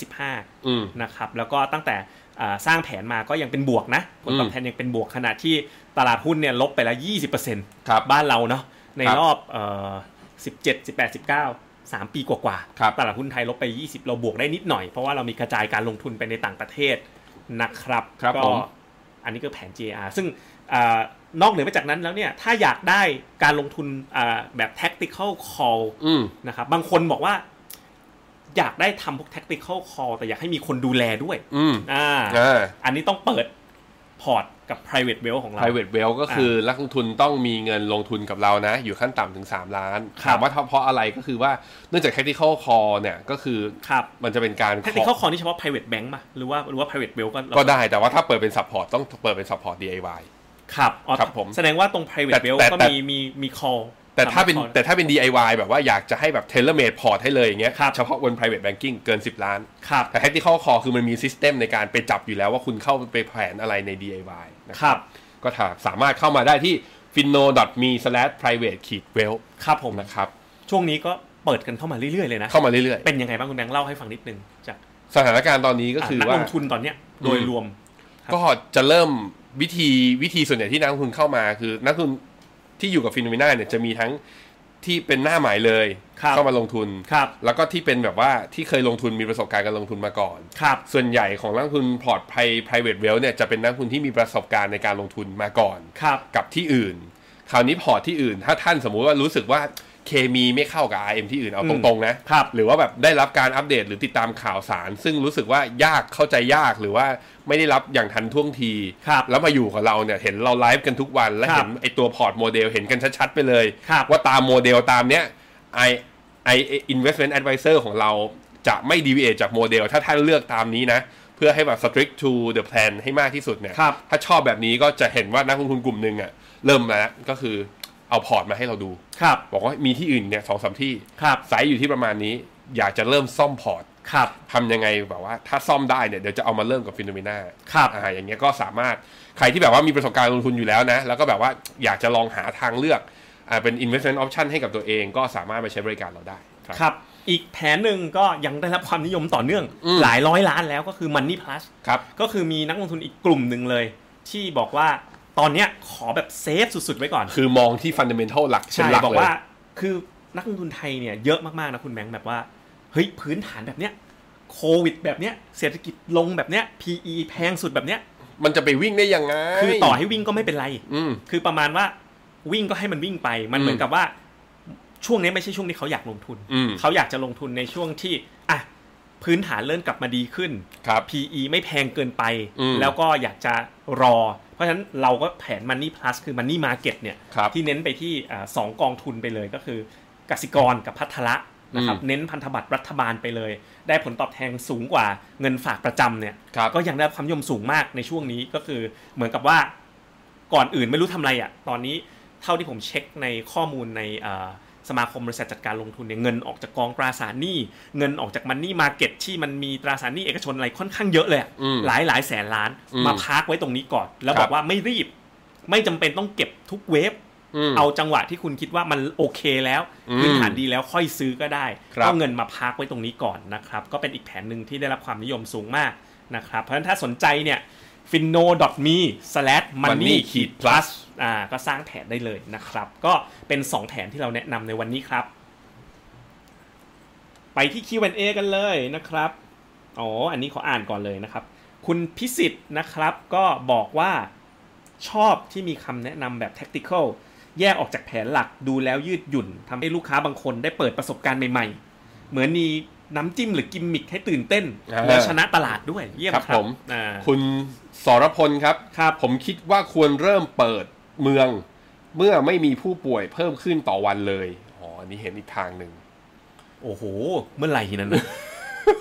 C: อืม
B: 15 นะครับ แล้วก็ตั้งแต่อ่าสร้างแผนมาก็ยังเป็นบวกนะ ผลตอบแทนยังเป็นบวกขณะที่ตลาดหุ้นเนี่ยลบไปแล้ว 20%
C: ครับ
B: บ้านเราเนาะใน
C: ครับ
B: รอบเอ่อ17 18 19 3 ปีกว่า
C: ครับ
B: ๆตลาดหุ้นไทยลบไป 20 เราบวกได้นิดหน่อย เพราะว่าเรามีกระจายการลงทุนไปในต่างประเทศนะครับ
C: ครับ
B: ก็
C: ผม
B: อันนี้ก็แผน JR ซึ่งอานอกเหนือไปจากนั้นแล้วเนี่ยถ้าอยากได้การลงทุนอ่าแบบ tactical call
C: อืม
B: นะครับบางคนบอกว่า อยากได้ทำพวก tactical call แต่อยากให้มีคนดูแลด้วย
C: อืม
B: อ่า
C: อ่า
B: อันนี้ต้องเปิดพอร์ตกับ private wealth ของเรา
C: private wealth ก็คือนักลงทุนต้องมีเงินลงทุนกับเรานะ อยู่ขั้นต่ำถึง 3 ล้าน
B: ครับ
C: ถามว่าเพราะอะไรก็คือว่าเนื่องจาก tactical call เนี่ยก็คือ
B: ครับ
C: มันจะเป็นการ
B: tactical call นี่เฉพาะ private bank ป่ะหรือว่าหรือว่า private wealth ก็
C: ก็ได้แต่ว่าถ้าเปิดเป็น support ต้องเปิดเป็น support DIY
B: ครับอ๋อ
C: ครับผม
B: แสดงว่าตรง private
C: แต่
B: wealth
C: แต่
B: ก็
C: แต่
B: มีมีมี call
C: แต่ถ้าเป็น
B: สมรถ call
C: แต่ถ้าเป็น DIY แบบว่าอยากจะให้แบบ tailor made port ให้เลยอย่างเงี้ย
B: ครับ
C: เฉพาะบน private banking เกิน 10 ล้าน
B: ครับ
C: แต่ tactical call คือมันมี system ในการไปจับอยู่แล้วว่าคุณเข้าไปแผนอะไรใน DIY นะค
B: ครับ รับ
C: ก็ถามสามารถเข้ามาได้ที่ fino.me/private-well
B: ครับผม
C: นะครับ
B: ช่วงนี้ก็เปิดกันเข้ามาเรื่อย ๆ เลยนะ
C: เข้ามาเรื่อย
B: เป็นยังไงบ้างคุณแบงค์เล่าให้ฟังนิดนึงจาก
C: ๆ สถานการณ์ตอนนี้ก็คือ
B: นัก
C: ว่า
B: ลงทุนตอนเนี้ยโดย
C: อืม
B: รวม ครับ
C: ก็จะเริ่มวิธีวิธีส่วนใหญ่ที่นักลงทุนเข้ามาคือนักลงทุนที่อยู่กับฟิโนเมนาเนี่ยจะมีทั้งที่เป็นหน้าใหม่เลย
B: ครับ
C: เข้ามาลงทุน
B: ครับ
C: แล้วก็ที่เป็นแบบว่าที่เคยลงทุนมีประสบการณ์การลงทุนมาก่อน
B: ครับ
C: ส่วนใหญ่ของนักลงทุนพอร์ต private wealth เนี่ยจะเป็นนักลงทุนที่มีประสบการณ์ในการลงทุนมาก่อน
B: ครับ
C: กับที่อื่น คราวนี้พอร์ตที่อื่น ถ้าท่านสมมุติว่ารู้สึกว่าเคมีไม่เข้ากับ RM ที่อื่นเอา
B: อื
C: ต
B: ม
C: รงๆนะครับ หรือว่าแบบได้รับการอัปเดตหรือติดตามข่าวสาร ซึ่งรู้สึกว่ายากเข้าใจยากหรือว่าไม่ได้รับอย่างทันท่วงที
B: ครับ
C: แล้วมาอยู่กับเราเนี่ยเห็นเราไลฟ์กันทุกวัน และ
B: ครับ
C: เห็นไอตัวพอร์ตโมเดลเห็นกันชัดๆไปเลย
B: ครับ
C: ว่าตามโมเดลตามเนี้ยไอไอ investment advisor ของเราจะไม่ deviate จากโมเดล ถ้าท่านเลือกตามนี้นะ เพื่อให้แบบ strict to the plan ให้มากที่สุดเนี่ย
B: ครับ
C: ถ้าชอบแบบนี้ก็จะเห็นว่านักลงทุนกลุ่มหนึ่งอะเริ่มมาแล้วก็คือเอาพอร์ตมาให้เราดู
B: ครับ
C: บอกว่ามีที่อื่นเนี่ยสองสามที่
B: ครับ
C: ไซส์อยู่ที่ประมาณนี้ อยากจะเริ่มซ่อมพอร์ต
B: ครับ
C: ทำยังไงแบบว่า ถ้าซ่อมได้เนี่ยเดี๋ยวจะเอามาเริ่มกับฟิโนเมนา
B: ครับ
C: อ่าอย่างเงี้ยก็สามารถใครที่แบบว่ามีประสบการณ์ลงทุนอยู่แล้วนะ แล้วก็แบบว่าอยากจะลองหาทางเลือกอ่าเป็น investment option ให้กับตัวเองก็สามารถมาใช้บริการเราได้ครับ
B: ครับ อีกแผนหนึ่งก็ยังได้รับความนิยมต่อเนื่อง
C: อืม
B: หลายร้อยล้านแล้วก็คือ Money Plus
C: ครับ
B: ก็คือมีนักลงทุนอีกกลุ่มหนึ่งเลย ที่บอกว่าตอนเนี้ยขอแบบเซฟสุดๆ ไว้ก่อน
C: คือมองที่ fundamental หลักเป็น
B: ใช่
C: หลัก
B: บอก
C: เลย
B: ว่าคือนักลงทุนไทยเนี่ยเยอะมากๆนะคุณแบงค์แบบว่า เฮ้ย พื้นฐานแบบเนี้ยโควิดแบบเนี้ยเศรษฐกิจลงแบบเนี้ย PE แพงสุดแบบเนี้ย
C: มันจะไปวิ่งได้ยังไง
B: คือต่อให้วิ่งก็ไม่เป็นไร
C: อืม
B: คือประมาณว่าวิ่งก็ให้มันวิ่งไป มันเหมือน
C: อืม
B: กับว่าช่วงนี้ไม่ใช่ช่วงที่เขาอยากลงทุน
C: อืม
B: เขาอยากจะลงทุนในช่วงที่อ่ะพื้นฐานเริ่มกลับมาดีขึ้น
C: ครับ
B: PE ไม่แพงเกินไป
C: อืม
B: แล้วก็อยากจะรอ เพราะฉะนั้นเราก็แผน Money Plus คือ Money Market เนี่ย
C: ครับ
B: ที่เน้นไปที่อ่าสองกองทุนไปเลยก็คือกสิกรกับพัทละนะครับเน้นพันธบัตรรัฐบาลไปเลย ได้ผลตอบแทนสูงกว่าเงินฝากประจำเนี่ย
C: ครับ
B: ก็ยังได้รับความนิยมสูงมากในช่วงนี้ก็คือเหมือนกับว่าก่อนอื่นไม่รู้ทำอะไรอ่ะ ตอนนี้เท่าที่ผมเช็คในข้อมูลในเอ่อสมาคมบริษัทจัดการลงทุนเนี่ยเงินออกจากกองตราสารหนี้ เงินออกจากมันนี่มาเก็ตที่มันมีตราสารหนี้เอกชนอะไรค่อนข้างเยอะเลยอะ
C: อืม
B: หลายหลายแสนล้าน
C: อืม
B: มาพักไว้ตรงนี้ก่อน แล้ว
C: ครับ บอก
B: ว่าไม่รีบ ไม่จำเป็นต้องเก็บทุกเวฟ
C: อืม
B: เอาจังหวะที่คุณคิดว่ามันโอเคแล้ว
C: อืม
B: พื้นฐานดีแล้วค่อยซื้อก็ได้
C: ครับ
B: ก็เงินมาพักไว้ตรงนี้ก่อนนะครับ ก็เป็นอีกแผนหนึ่งที่ได้รับความนิยมสูงมากนะครับ เพราะฉะนั้นถ้าสนใจเนี่ย finno.me/money-plus อ่าก็สร้างแผนได้เลยนะครับ ก็เป็น 2 แผนที่เราแนะนำในวันนี้ครับ ไปที่ Q&A กันเลยนะครับ อ๋อ อันนี้ขออ่านก่อนเลยนะครับ คุณพิสิทธิ์นะครับก็บอกว่าชอบที่มีคำแนะนำแบบ tactical แยกออกจากแผนหลักดูแล้วยืดหยุ่นทำให้ลูกค้าบางคนได้เปิดประสบการณ์ใหม่ๆ เหมือนมีน้ำจิ้มหรือกิมมิคให้ตื่นเต้น
C: อ่า
B: แล้วชนะตลาดด้วยเยี่ยม
C: ครับ
B: ครับ
C: ผม
B: อ่า
C: คุณสรพลครับ
B: ครับ
C: ผมคิดว่าควรเริ่มเปิดเมือง เมื่อไม่มีผู้ป่วยเพิ่มขึ้นต่อวันเลยอ๋ออันนี้เห็นอีกทางหนึ่ง
B: โอ้โห เมื่อไหร่นั้นนะ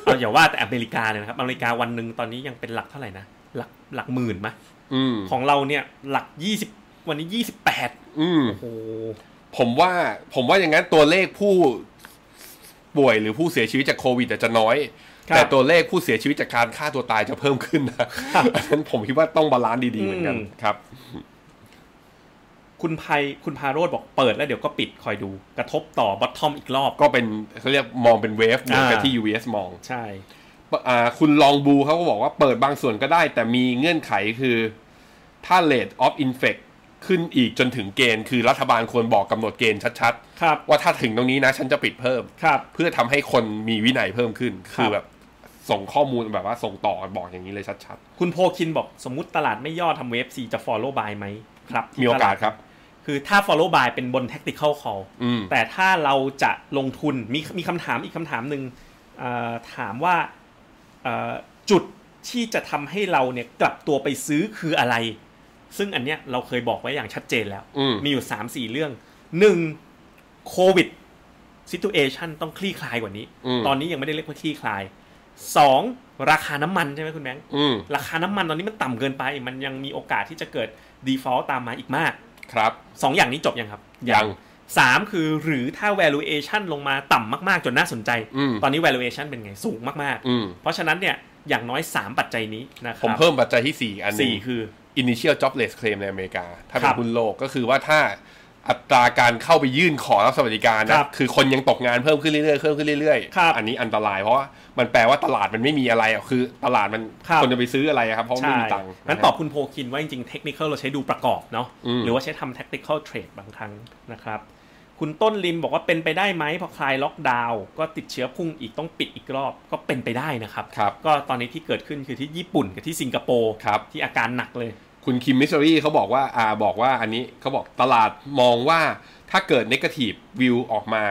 B: เอาอย่าว่าแต่อเมริกาเลยนะครับ อเมริกาวันหนึ่งตอนนี้ยังเป็นหลักเท่าไหร่นะ หลักหลักหมื่นมะ
C: อืม
B: ของเราเนี่ยหลักยี่สิบวันนี้ยี่สิบแปด
C: อืม
B: โอ้โห
C: ผมว่าผมว่าอย่างนั้นตัวเลขผู้ป่วยหรือผู้เสียชีวิตจากโควิดอาจจะน้อย
B: ครับ
C: แต่ตัวเลขผู้เสียชีวิตจากการฆ่าตัวตายจะเพิ่มขึ้นนะ อันนั้นผมคิดว่าต้องบาลานซ์ดีๆเหมือนกัน
B: อืม
C: ครับ
B: คุณภัยคุณพาโรธบอกเปิดแล้วเดี๋ยวก็ปิดคอยดู กระทบต่อบอททอมอีกรอบ
C: ก็เป็นเขาเรียกมองเป็นเวฟเหมือนกับ
B: อ่า
C: ที่ US มอง
B: ใช่
C: อ่าคุณลองบูเขาก็บอกว่าเปิดบางส่วนก็ได้ แต่มีเงื่อนไขคือ ถ้า rate of infect ขึ้นอีกจนถึงเกณฑ์ คือรัฐบาลควรบอกกำหนดเกณฑ์ชัด
B: ครับ
C: ๆ ว่าถ้าถึงตรงนี้นะฉันจะปิดเพิ่ม
B: ครับ
C: เพื่อทำให้คนมีวินัยเพิ่มขึ้น
B: ครับ
C: คือแบบส่งข้อมูลแบบว่าส่งต่อบอกอย่างนี้เลยชัด
B: คุณโพคินบอกสมมุติตลาดไม่ย่อทำเวฟซีจะ follow by ไหมครับ
C: ๆ มีโอกาสครับ
B: คือถ้า follow by เป็นบน tactical call
C: อืม
B: แต่ถ้าเราจะลงทุนมีมีคำถามอีกคำถามหนึ่งเอ่อถามว่าเอ่อจุดที่จะทำให้เราเนี่ยกลับตัวไปซื้อคืออะไร ซึ่งอันเนี้ยเราเคยบอกไว้อย่างชัดเจนแล้ว
C: อืม
B: มีอยู่ 3 4 เรื่อง 1. โควิดซิทูเอชันต้องคลี่คลายกว่านี้
C: อืม
B: ตอนนี้ยังไม่ได้เรียกว่าคลี่คลาย 2. ราคาน้ำมันใช่ไหมคุณแบงค์
C: อืม
B: ราคาน้ำมันตอนนี้มันต่ำเกินไป มันยังมีโอกาสที่จะเกิด default ตามมาอีกมาก
C: ครับ
B: สองอย่างนี้จบยังครับ
C: ยัง
B: สามคือหรือถ้า valuation ลงมาต่ำมากๆ จนน่าสนใจ
C: อืม
B: ตอนนี้ valuation เป็นไงสูงมาก
C: อืม
B: ๆ เพราะฉะนั้นเนี่ยอย่างน้อย 3 ปัจจัยนี้นะครั
C: ผมเพิ่มปัจจัยที่ 4 อันหนึ
B: สี่
C: ง
B: คือ
C: initial jobless claim ในอเมริกา ถ้า
B: ค
C: เป็
B: รั
C: น
B: บ
C: หุ้นโลกก็คือว่าถ้าอัตราการเข้าไปยื่นขอรับสวัสดิการ
B: ครั
C: นะ
B: บ
C: คือคนยังตกงานเพิ่มขึ้นเรื่อยๆเพิ่มขึ้นเรื่อย
B: ครับ
C: ๆอันนี้อันตรายเพราะว่ามันแปลว่าตลาดมันไม่มีอะไรอ่ะคือตลาดมัน
B: ครับ
C: คนจะไปซื้ออะไรอะครับเพราะไม่
B: ใช่
C: มีตังค์
B: งั้นตอบคุณโพคินว่าจริงๆ technical เราใช้ดูประกอบเนาะหรือว่าใช้ทำ tactical trade บางครั้งนะครับ คุณต้นริมบอกว่าเป็นไปได้ไหมพอคลายล็อกดาวน์ก็ติดเชื้อพุ่งอีกต้องปิดอีกรอบก็เป็นไปได้นะครับ
C: ครับ
B: ก็ตอนนี้ที่เกิดขึ้นคือที่ญี่ปุ่นกับที่สิงคโปร์
C: ครับ
B: ที่อาการหนักเลย
C: คุณคิมมิสซอรี่เขาบอกว่าอ่าบอกว่าอันนี้เขาบอกตลาดมองว่าถ้าเกิดน a t i v e view ออกมา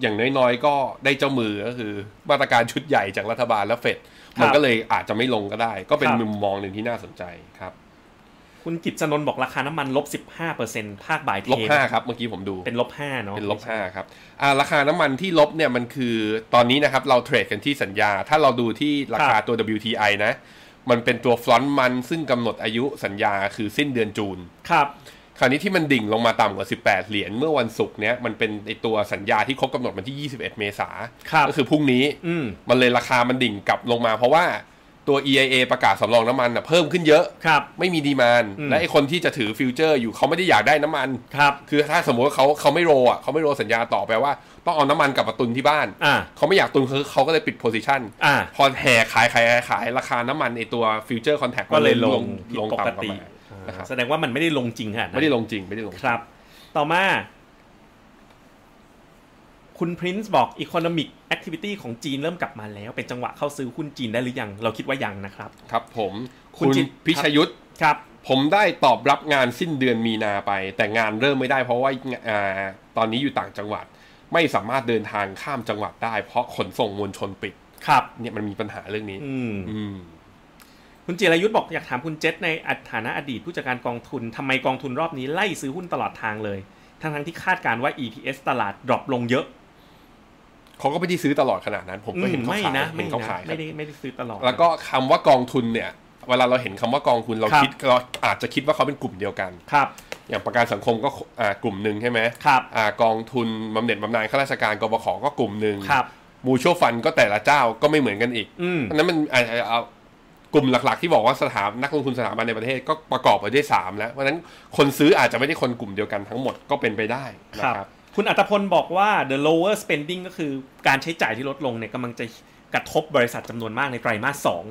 C: อย่างน้อยๆ ก็ได้เจ้ามือก็คือ มาตรการชุดใหญ่จากรัฐบาลและเฟด
B: ครับ
C: มันก็เลยอาจจะไม่ลงก็ได้ ก็เป็น
B: ครับ
C: มุมมองหนึ่งที่น่าสนใจครับ
B: คุณกิจสนนท์บอกราคาน้ำมันลบ 15%ภาคบ่ายเท
C: ลบห้าครับ เมื่อกี้ผมดู
B: เป็นลบ5เนาะ
C: เป็นลบห้าครับอ่าราคาน้ำมันที่ลบเนี่ยมันคือตอนนี้นะครับเราเทรดกันที่สัญญา ถ้าเราดูที่ราคาตัว WTI นะ มันเป็นตัวฟลอนต์มันซึ่งกำหนดอายุสัญญาคือสิ้นเดือนจูน
B: ครับ
C: คราวนี้ที่มันดิ่งลงมาต่ำกว่า 18 เหรียญเมื่อวันศุกร์เนี้ยมันเป็นไอตัวสัญญาที่ครบกำหนดวันที่ 21 เมษา
B: ครับ
C: ก็คือพรุ่งนี้
B: อืม
C: มันเลยราคามันดิ่งกลับลงมา เพราะว่าตัว EIA ประกาศสำรองน้ำมันนะเพิ่มขึ้นเยอะ
B: ครับ
C: ไม่มีดีมานด์
B: อืม
C: และไอคนที่จะถือฟิวเจอร์อยู่เขาไม่ได้อยากได้น้ำมัน
B: ครับ
C: คือถ้าสมมติว่าเขาเขาไม่โรลอ่ะเขาไม่โรลสัญญาต่อแปลว่าต้องเอาน้ำมันกลับมาตุนที่บ้าน
B: อ่า
C: เขาไม่อยากตุนเขาเขาก็เลยปิดโพซิชัน
B: อ่า
C: พอแห่ขายขายขายขายราคาน้ำมันไอตัวฟิวเจอร์คอนแทค
B: ก็เลยลง
C: ลง
B: ผิดปก
C: ต่ำกว่า
B: ติ
C: มานะครับ
B: แสดงว่ามันไม่ได้ลงจริงขนาดนั้น
C: ไม่ได้ลงจริงไม่ได้ลงจริง
B: ครับ ต่อมา คุณพรินซ์บอก Economic Activity ของจีนเริ่มกลับมาแล้ว เป็นจังหวะเข้าซื้อหุ้นจีนได้หรือยัง เราคิดว่ายังนะครับ
C: ครับผม
B: คุ
C: คุณ ณ
B: จิต
C: พิชยุทธ
B: ครับ
C: ผมได้ตอบรับงานสิ้นเดือนมีนาไป แต่งานเริ่มไม่ได้เพราะว่าอ่าตอนนี้อยู่ต่างจังหวัด ไม่สามารถเดินทางข้ามจังหวัดได้ เพราะขนส่งมวลชนปิด
B: ครับ
C: เนี่ยมันมีปัญหาเรื่องนี้
B: อืม
C: อืม
B: คุณจิรายุทธ์บอกอยากถามคุณเจษในฐานะอดีตผู้จัดการกองทุนทำไมกองทุนรอบนี้ไล่ซื้อหุ้นตลอดทางเลย ทั้งทั้งๆที่คาดการณ์ว่า EPS ตลาดดรอปลงเยอะ
C: เขาก็ไม่ได้ซื้อตลอดขนาดนั้น ผมก็เห็น
B: อืม
C: เขา
B: ไม่
C: ขาย
B: นะ
C: เห็
B: ไม่
C: น
B: นะ
C: เขาขายครับ
B: ไม่ได้ไม่ได้ซื้อตลอด
C: แล้วก็คำว่ากองทุนเนี่ย เวลาเราเห็นคำว่ากองทุนเรา
B: ครับ
C: คิดเราอาจจะคิดว่าเขาเป็นกลุ่มเดียวกัน
B: ครับ
C: อย่างประกันสังคมก็อ่ากลุ่มหนึ่งใช่ไหม
B: ครับ
C: อ่ากองทุนบำเหน็จบำนาญข้าราชการกบขก็กลุ่มหนึ่ง
B: ครับ
C: มูชัวฟันก็แต่ละเจ้าก็ไม่เหมือนกันอีก
B: อืม
C: อันนั้นมันอาจจะเอา กลุ่มหลัก ๆ ที่บอกว่าสถาบนักลงทุนสถาบันในประเทศก็ประกอบไปด้วยสามแล้ว เพราะฉะนั้นคนซื้ออาจจะไม่ได้คนกลุ่มเดียวกันทั้งหมดก็เป็นไปได้นะ
B: ครั
C: ครับ บ
B: คุณอัตพลบอกว่า the lower spending ก็คือการใช้จ่ายที่ลดลงเนี่ยกำลังจะกระทบบริษัทจำนวนมากในไตรมาสสอง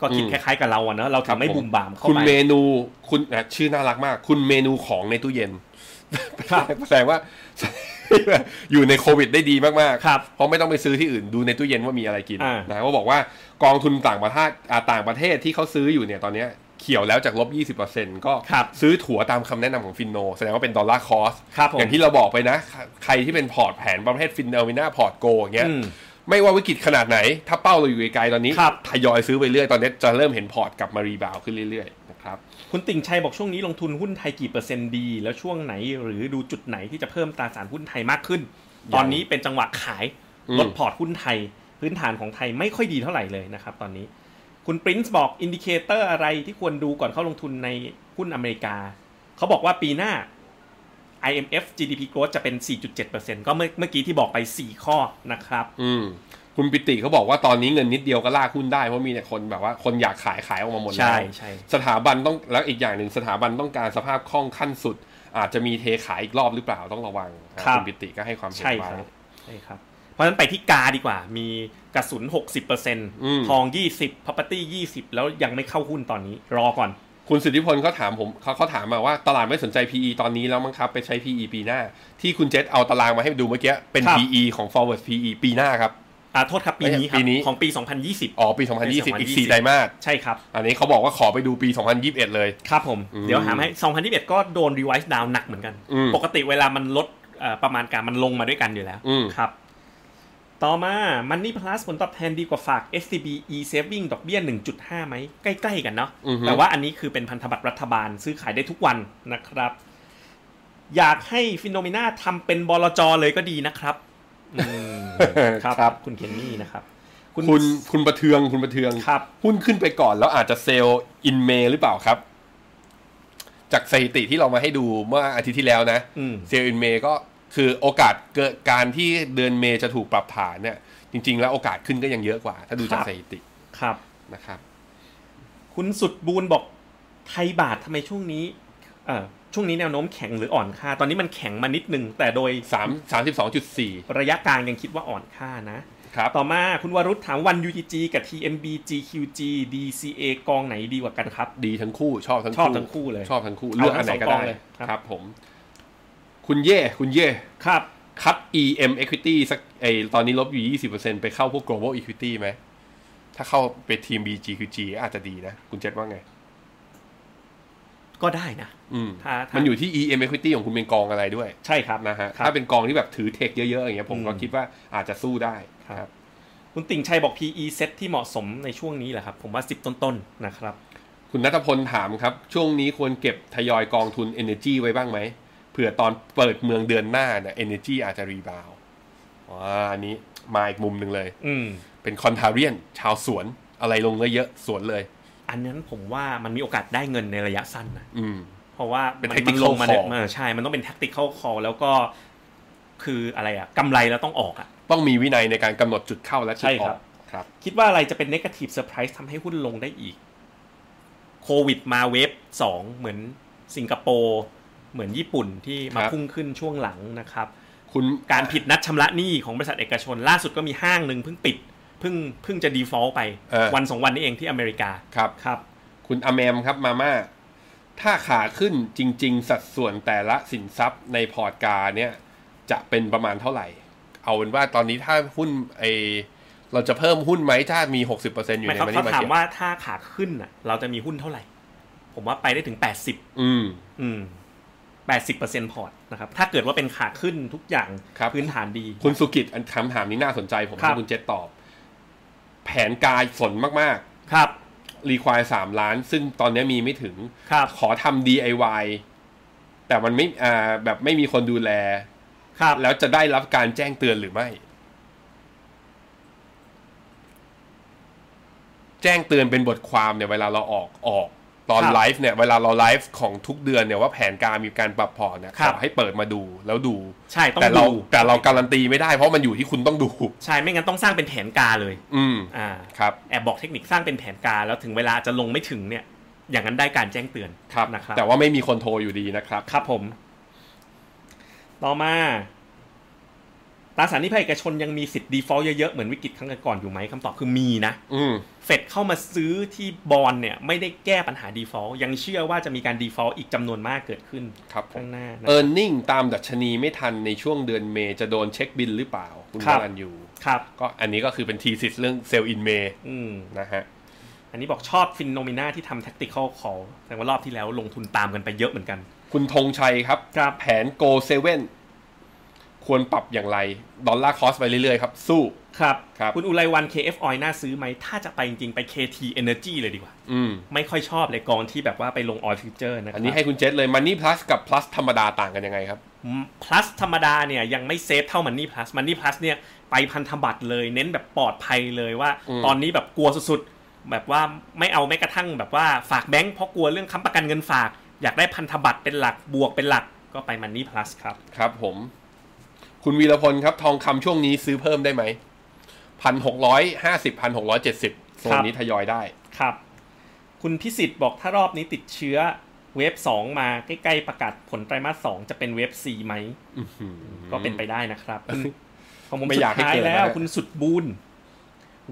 B: ก็คิด
C: อืม
B: คล้ายๆกับเราอะเนอะเราถึงไม่บุมบามเข้า
C: คุณ
B: ไป
C: เมนูคุณอ่ะชื่อน่ารักมาก คุณเมนูของในตู้เย็น
B: ครับ
C: แสดงว่า อยู่ในโควิดได้ดีมากๆ
B: ครับ
C: เพราะไม่ต้องไปซื้อที่อื่นดูในตู้เย็นว่ามีอะไรกิน
B: อ่าน
C: นะเขาบอกว่ากองทุนต่างประเทศอ่าต่างประเทศที่เขาซื้ออยู่เนี่ยตอนเนี้ยเขียวแล้วจากลบ 20%ก็
B: ครับ
C: ซื้อถั่วตามคำแนะนำของฟินโน แสดงว่าเป็นดอลลาร์คอส
B: ครับผม
C: อย่างที่เราบอกไปนะ ใครที่เป็นพอร์ตแผนประเภทฟินเอลมิน่าพอร์ตโกอย่างเงี้ย
B: อืม
C: ไม่ว่าวิกฤตขนาดไหน ถ้าเป้าเราอยู่ไกลๆตอนนี้
B: ครับ
C: ทยอยซื้อไปเรื่อยตอนนี้จะเริ่มเห็นพอร์ตกลับมารีบาวด์ขึ้นเรื่อยๆนะครับ
B: คุณติ่งชัยบอกช่วงนี้ลงทุนหุ้นไทยกี่เปอร์เซ็นต์ดี แล้วช่วงไหนหรือดูจุดไหนที่จะเพิ่มตราสารหุ้นไทยมากขึ้น ตอนนี้เป็นจังหวะขาย
C: อืม
B: ลดพอร์ตหุ้นไทย พื้นฐานของไทยไม่ค่อยดีเท่าไหร่เลยนะครับตอนนี้ คุณปรินซ์บอกอินดิเคเตอร์อะไรที่ควรดูก่อนเข้าลงทุนในหุ้นอเมริกา เขาบอกว่าปีหน้า IMF GDP growth จะเป็น 4.7%ก็เมื่อเมื่อกี้ที่บอกไป 4 ข้อนะครับ
C: อืมคุณปิติเขาบอกว่าตอนนี้เงินนิดเดียวก็ลากหุ้นได้เพราะมีแต่คนแบบว่าคนอยากขายขายออกมาหมดแล้ว
B: ใช่ใช่
C: สถาบันต้องแล้วอีกอย่างหนึ่งสถาบันต้องการสภาพคล่องขั้นสุด อาจจะมีเทขายอีกรอบหรือเปล่าต้องระวังนะครับ ณปิติก็ให้ความเห็น
B: ใช่
C: ไว้
B: ครับใช่ครับ เพราะฉะนั้นไปที่กาดีกว่า มีกระสุน
C: ม
B: 60%ทอง 20 property 20 แล้วยังไม่เข้าหุ้นตอนนี้ รอก่อน
C: คุณสิทธิพลเขาถามผมเขาเขาถามมาว่าตลาดไม่สนใจ PE ตอนนี้แล้วมั้งครับ ไปใช้ PE ปีหน้า ที่คุณเจษเอาตารางมาให้ดูเมื่อกี้เป็น
B: ครับ
C: PE ของ forward PE ปีหน้าครับ
B: อ่าโทษครับ ปีนี้ครั
C: ปี
B: บ
C: นี้
B: ของปี
C: อ๋อปี
B: ปี
C: 2020
B: 2020
C: อีก4ไตรมาส
B: 2020 ใช่ครับ
C: อันนี้เขาบอกว่าขอไปดูปี 2021 เลย
B: ครับผม
C: อืม
B: เดี๋ยวหาให้ 2021 ก็โดน revise down หนักเหมือนกัน
C: อืม
B: ปกติเวลามันลดเอ่อประมาณการมันลงมาด้วยกันอยู่แล้ว
C: อืม
B: ครับ ต่อมา Money Plus ผลตอบแทนดีกว่าฝาก SCB E Saving ดอกเบี้ย 1.5ไหมใกล้ๆกันเนาะ
C: อือฮึ
B: แต่ว่าอันนี้คือเป็นพันธบัตรรัฐบาลซื้อขายได้ทุกวันนะครับ อยากให้ฟิโนเมนาทำเป็นบลจเลยก็ดีนะครับอืมครับ
C: ครับ
B: คุณเคนนี่นะครับ
C: คุณคุณประเทืองคุณประเทือง
B: ครับ
C: หุ้นขึ้นไปก่อนแล้วอาจจะเซลล์อินเมหรือเปล่าครับ จากสถิติที่เรามาให้ดูเมื่ออาทิตย์ที่แล้วนะ
B: อืม
C: เซลล์อินเมย์ก็คือโอกาสเกิดการที่เดือนเมย์จะถูกปรับฐานเนี่ย จริง ๆ แล้วโอกาสขึ้นก็ยังเยอะกว่า ถ้าดูจา
B: ค
C: ก
B: รับ
C: สถิติ
B: ครับ
C: นะครับ
B: คุณสุดบูนบอกไทยบาททำไมช่วงนี้เอ่อช่วงนี้แนวโน้มแข็งหรืออ่อนค่า ตอนนี้มันแข็งมานิดนึง แต่โดย
C: สามสามสิบสองจุดสี่
B: ระยะกลางยังคิดว่าอ่อนค่านะ
C: ครับ
B: ต่อมาคุณวรุษถามวัน UTG กับ TMB GQG DCA กองไหนดีกว่ากันครับ
C: ดีทั้งคู่ ชอบทั้ง
B: ช
C: คู่
B: อบทั้งคู่เลย
C: ชอบทั้งคู่
B: เอา
C: เลือกอันไหน
B: ทั้งสองก
C: ก็ได้
B: องเลยครับ
C: ครับผม คุณเย่คุณเย่
B: ครับ
C: คัด EM Equity สักไอตอนนี้ลบอยู่ยี่สิบเปอร์เซ็นไปเข้าพวก Global Equity ไหม ถ้าเข้าไปทีม BGQG อาจจะดีนะ คุณเจษว่าไง
B: ก็ได้นะ
C: อืม
B: ถ้าถ้ามั
C: มันอยู่ที่ EM Equity ของคุณเป็นกองอะไรด้วย
B: ใช่ครับ
C: นะฮะ
B: ครับ
C: ถ้าเป็นกองที่แบบถือเทคเยอะๆอย่างเงี้ยผมก็
B: อืม
C: คิดว่าอาจจะสู้ได้
B: ครับ
C: ครับ
B: คุณติ่งชัยบอก PE เซ็ตที่เหมาะสมในช่วงนี้แหละครับ ผมว่า 10 ต้นๆนะครับ
C: คุณนัทพลถามครับ ช่วงนี้ควรเก็บทยอยกองทุน Energy ไว้บ้างไหมเผื่อตอนเปิดเมืองเดือนหน้าเนี่ย Energy อาจจะรีบาวด์ว้าอันนี้มาอีกมุมหนึ่งเลย
B: อืม
C: เป็นคอนทาเรียน ชาวสวนอะไรลงเยอะๆสวนเลย
B: อันนั้นผมว่ามันมีโอกาสได้เงินในระยะสั้นนะ
C: อืม
B: เพราะว่า
C: เป็น
B: มั
C: tactical
B: มัลงมาเนี่ย
C: call
B: เออใช่ มันต้องเป็น tactical call แล้วก็คืออะไรอะกำไรเราต้องออกอะ
C: ต้องมีวินัยในการกำหนดจุดเข้าและจุ
B: ใช่
C: ด
B: ค
C: อ
B: รั
C: อก
B: บ
C: ครับ
B: คิดว่าอะไรจะเป็น negative surprise ทำให้หุ้นลงได้อีก โควิดมาเวฟสองเหมือนสิงคโปร์เหมือนญี่ปุ่นที่มาพุ่งขึ้นช่วงหลังนะครับ
C: คุณ
B: การผิดนัดชำระหนี้ของบริษัทเอกชน ล่าสุดก็มีห้างหนึ่งเพิ่งปิดเพิ่งเพิ่งจะ default ไป วันสองวันนี้เองที่อเมริกา
C: ครับ
B: ครับ
C: คุณอแมมครับมาม่าถ้าขาขึ้นจริง ๆ สัดส่วนแต่ละสินทรัพย์ในพอร์ตการเนี่ยจะเป็นประมาณเท่าไหร่ เอาเป็นว่าตอนนี้ถ้าหุ้นไอเราจะเพิ่มหุ้นไหมถ้ามี 60%อยู่
B: หมายค
C: ใน
B: วาม
C: มัน
B: เขา
C: นี่มา
B: ถาม
C: เก็ต
B: ว่าถ้าขาขึ้นน่ะ เราจะมีหุ้นเท่าไหร่ ผมว่าไปได้ถึง 80
C: อืม
B: อืมแปดสิบเปอร์เซ็นต์พอร์ตนะครับ ถ้าเกิดว่าเป็นขาขึ้นทุกอย่าง
C: ครับ
B: พื้นฐานดี
C: คุณสุกิจอันคำถามนี้น่าสนใจผม
B: ครับ
C: ให้คุณเจษตอบ แผนการสนมาก
B: ครับ
C: ๆ รีควายสามล้าน ซึ่งตอนนี้มีไม่ถึง
B: ครับ
C: ขอทำ DIY แต่มันไม่อ่าแบบไม่มีคนดูแล
B: ครับ
C: แล้วจะได้รับการแจ้งเตือนหรือไม่ แจ้งเตือนเป็นบทความเนี่ยเวลาเราออกออก ตอน
B: ครับ
C: ไลฟ์เนี่ยเวลาเราไลฟ์ของทุกเดือนเนี่ยว่าแผนการมีการปรับพอร์ตเนี่ย
B: ครับ
C: ขอให้เปิดมาดูแล้วดู
B: ใช่ต้อง
C: แต่เรา
B: ดู
C: แต่เราการันตีไม่ได้เพราะมันอยู่ที่คุณต้องดู
B: ใช่ไม่งั้นต้องสร้างเป็นแผนกาเลย
C: อืม
B: อ่า
C: ครับ
B: แอบบอกเทคนิคสร้างเป็นแผนกาแล้วถึงเวลาจะลงไม่ถึงเนี่ย อย่างนั้นได้การแจ้งเตือน
C: ครับ
B: นะครับ
C: แต่ว่าไม่มีคนโทรอยู่ดีนะครับ
B: ครับผม ต่อมาตราสารหนี้ภาคเอกชนยังมีสิทธิ์ default เยอะๆ เหมือนวิกฤตครั้งก่อนๆอยู่ไหมคำตอบคือมีนะ
C: อืม
B: เฟดเข้ามาซื้อที่บอลเนี่ย ไม่ได้แก้ปัญหา default ยังเชื่อว่าจะมีการ default อีกจำนวนมากเกิดขึ้น
C: ครับผม
B: ข้างหน้านะ
C: เออร์เน็งตามดัชนีไม่ทันในช่วงเดือนเมย์จะโดนเช็คบินหรือเปล่า คุณ
B: ครับ
C: รันอยู่
B: ครับ
C: ก็อันนี้ก็คือเป็นทีสิสเรื่องเซลล์อินเมย์
B: อืม
C: นะฮะ
B: อันนี้บอกชอบฟินโนมิน่าที่ทำ tactical call แสดงว่ารอบที่แล้วลงทุนตามกันไปเยอะเหมือนกัน
C: คุณธงชัยครับ
B: ครับ
C: แผนโกเซเว่นควรปรับอย่างไร ดอลลาร์คอสไปเรื่อยๆครับ สู้
B: ครับ
C: ครับ
B: คุณอุไรวัน KF Oil น่าซื้อไหม ถ้าจะไปจริงๆ ไป KT Energy เลยดีกว่า
C: อืม
B: ไม่ค่อยชอบเลยกองที่แบบว่าไปลง oil future นะครับ
C: อันนี้ให้คุณเจษเลยมันนี่พลัสกับพลัสธรรมดาต่างกันยังไงครับ
B: plus ธรรมดาเนี่ยยังไม่เซฟเท่ามันนี่ plus มันนี่ plus เนี่ยไปพันธบัตรเลยเน้นแบบปลอดภัยเลยว่า
C: อืม
B: ตอนนี้แบบกลัวสุดๆ แบบว่าไม่เอาแม้กระทั่งแบบว่าฝากแบงก์เพราะกลัวเรื่องค้ำประกันเงินฝาก อยากได้พันธบัตรเป็นหลักบวกเป็นหลักก็ไปมันนี่ plus ครับ
C: ครับผม คุณวีรพลครับ ทองคำช่วงนี้ซื้อเพิ่มได้ไหมพันหกร้อยห้าสิบพันหกร้อยเจ็ดสิบโซนนี้ทยอยได้
B: ครับ คุณพิสิทธิ์บอกถ้ารอบนี้ติดเชื้อเวฟ2มาใกล้ๆประกาศผลไตรมาส2จะเป็นเวฟ4ไหม
C: อื้อหือ
B: ก็เป็นไปได้นะครับคุณของผม
C: ไม่
B: สุ
C: อ
B: ด
C: ยากให้
B: ท้าย
C: เกิดนะ
B: แล้วคุณสุดบูน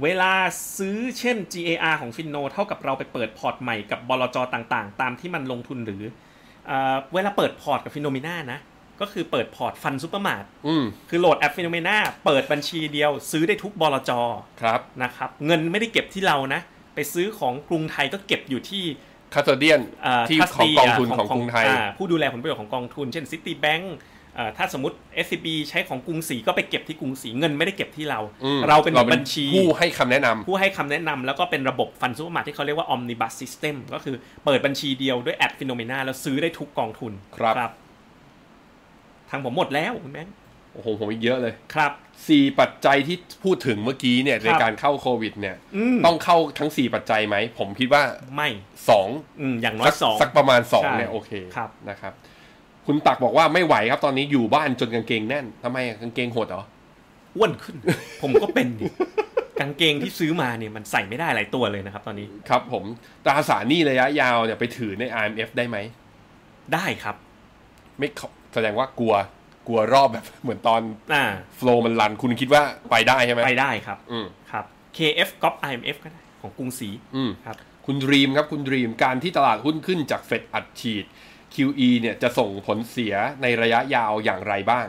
B: เวลาซื้อเช่น GAR ของฟินโนเท่ากับเราไปเปิดพอร์ตใหม่กับบลจต่างๆ ตามที่มันลงทุนหรือเอ่อเวลาเปิดพอร์ตกับฟินโนมิน่านะ ก็คือเปิดพอร์ตฟันซูเปอร์มาร์ท
C: อืม
B: คือโหลดแอปฟินโนมิน่าเปิดบัญชีเดียว ซื้อได้ทุกบลจ
C: ครับ
B: นะครับ เงินไม่ได้เก็บที่เรานะ ไปซื้อของกรุงไทยก็เก็บอยู่ที่
C: คาสเดียน
B: เอ่อ
C: ที่
B: trustee
C: ของกอง
B: ะ
C: ทุนของกรุงไทย
B: อ่าผู้ดูแลผลประโยชน์ของกองทุน เช่น City Bank เอ่อถ้าสมมติ SCB ใช้ของกรุงศรีก็ไปเก็บที่กรุงศรีเงินไม่ได้เก็บที่เรา
C: อืม
B: เราเป็นบัญชี
C: ผู้ให้คำแนะนำ
B: ผู้ให้คำแนะนำแล้วก็เป็นระบบฟันซูเปอร์มาร์ทที่เขาเรียกว่า Omnibus System ก็คือเปิดบัญชีเดียวด้วยแอปฟิโนเมนาแล้วซื้อได้ทุกกองทุน
C: ครับ
B: ทางผมหมดแล้วคุณแบงค์
C: โอ้โห ผมอีกเยอะเลย
B: ครับ
C: สี่ปัจจัยที่พูดถึงเมื่อกี้เนี่ยในการเข้าโควิดเนี่ย
B: อืม
C: ต้องเข้าทั้งสี่ปัจจัยไหม ผมคิดว่า
B: ไม่
C: สอง
B: อืมอย่างน้อ
C: สั
B: ยสอง
C: สักประมาณสองเนี่ย
B: ใช่
C: โอเค
B: ครับ
C: นะครับ คุณตักบอกว่าไม่ไหวครับตอนนี้อยู่บ้านจนกางเกงแน่นทำไมอะกางเกงหดเหรอ
B: อ้วนขึ้น ผมก็เป็นดิกางเกงที่ซื้อมาเนี่ยมันใส่ไม่ได้หลายตัวเลยนะครับ ตอนนี้
C: ครับผมตราสารหนี้ระยะยาวเนี่ยไปถือใน IMF ได้ไหม
B: ได้ครับ
C: ไม่เข้าแสดงว่ากลัวกลัวรอบแบบ เหมือนตอน
B: อ่า
C: โฟล์มันรันคุณคิดว่าไปได้ใช่ไหม
B: ไปได้ครับ
C: อืม
B: ครับ KF ก๊อป IMF ก็ได้ของกรุงศรี
C: อืม
B: ครับ
C: คุณดรีมครับ คุณดรีมการที่ตลาดหุ้นขึ้นจากเฟดอัดฉีด QE เนี่ยจะส่งผลเสียในระยะยาวอย่างไรบ้าง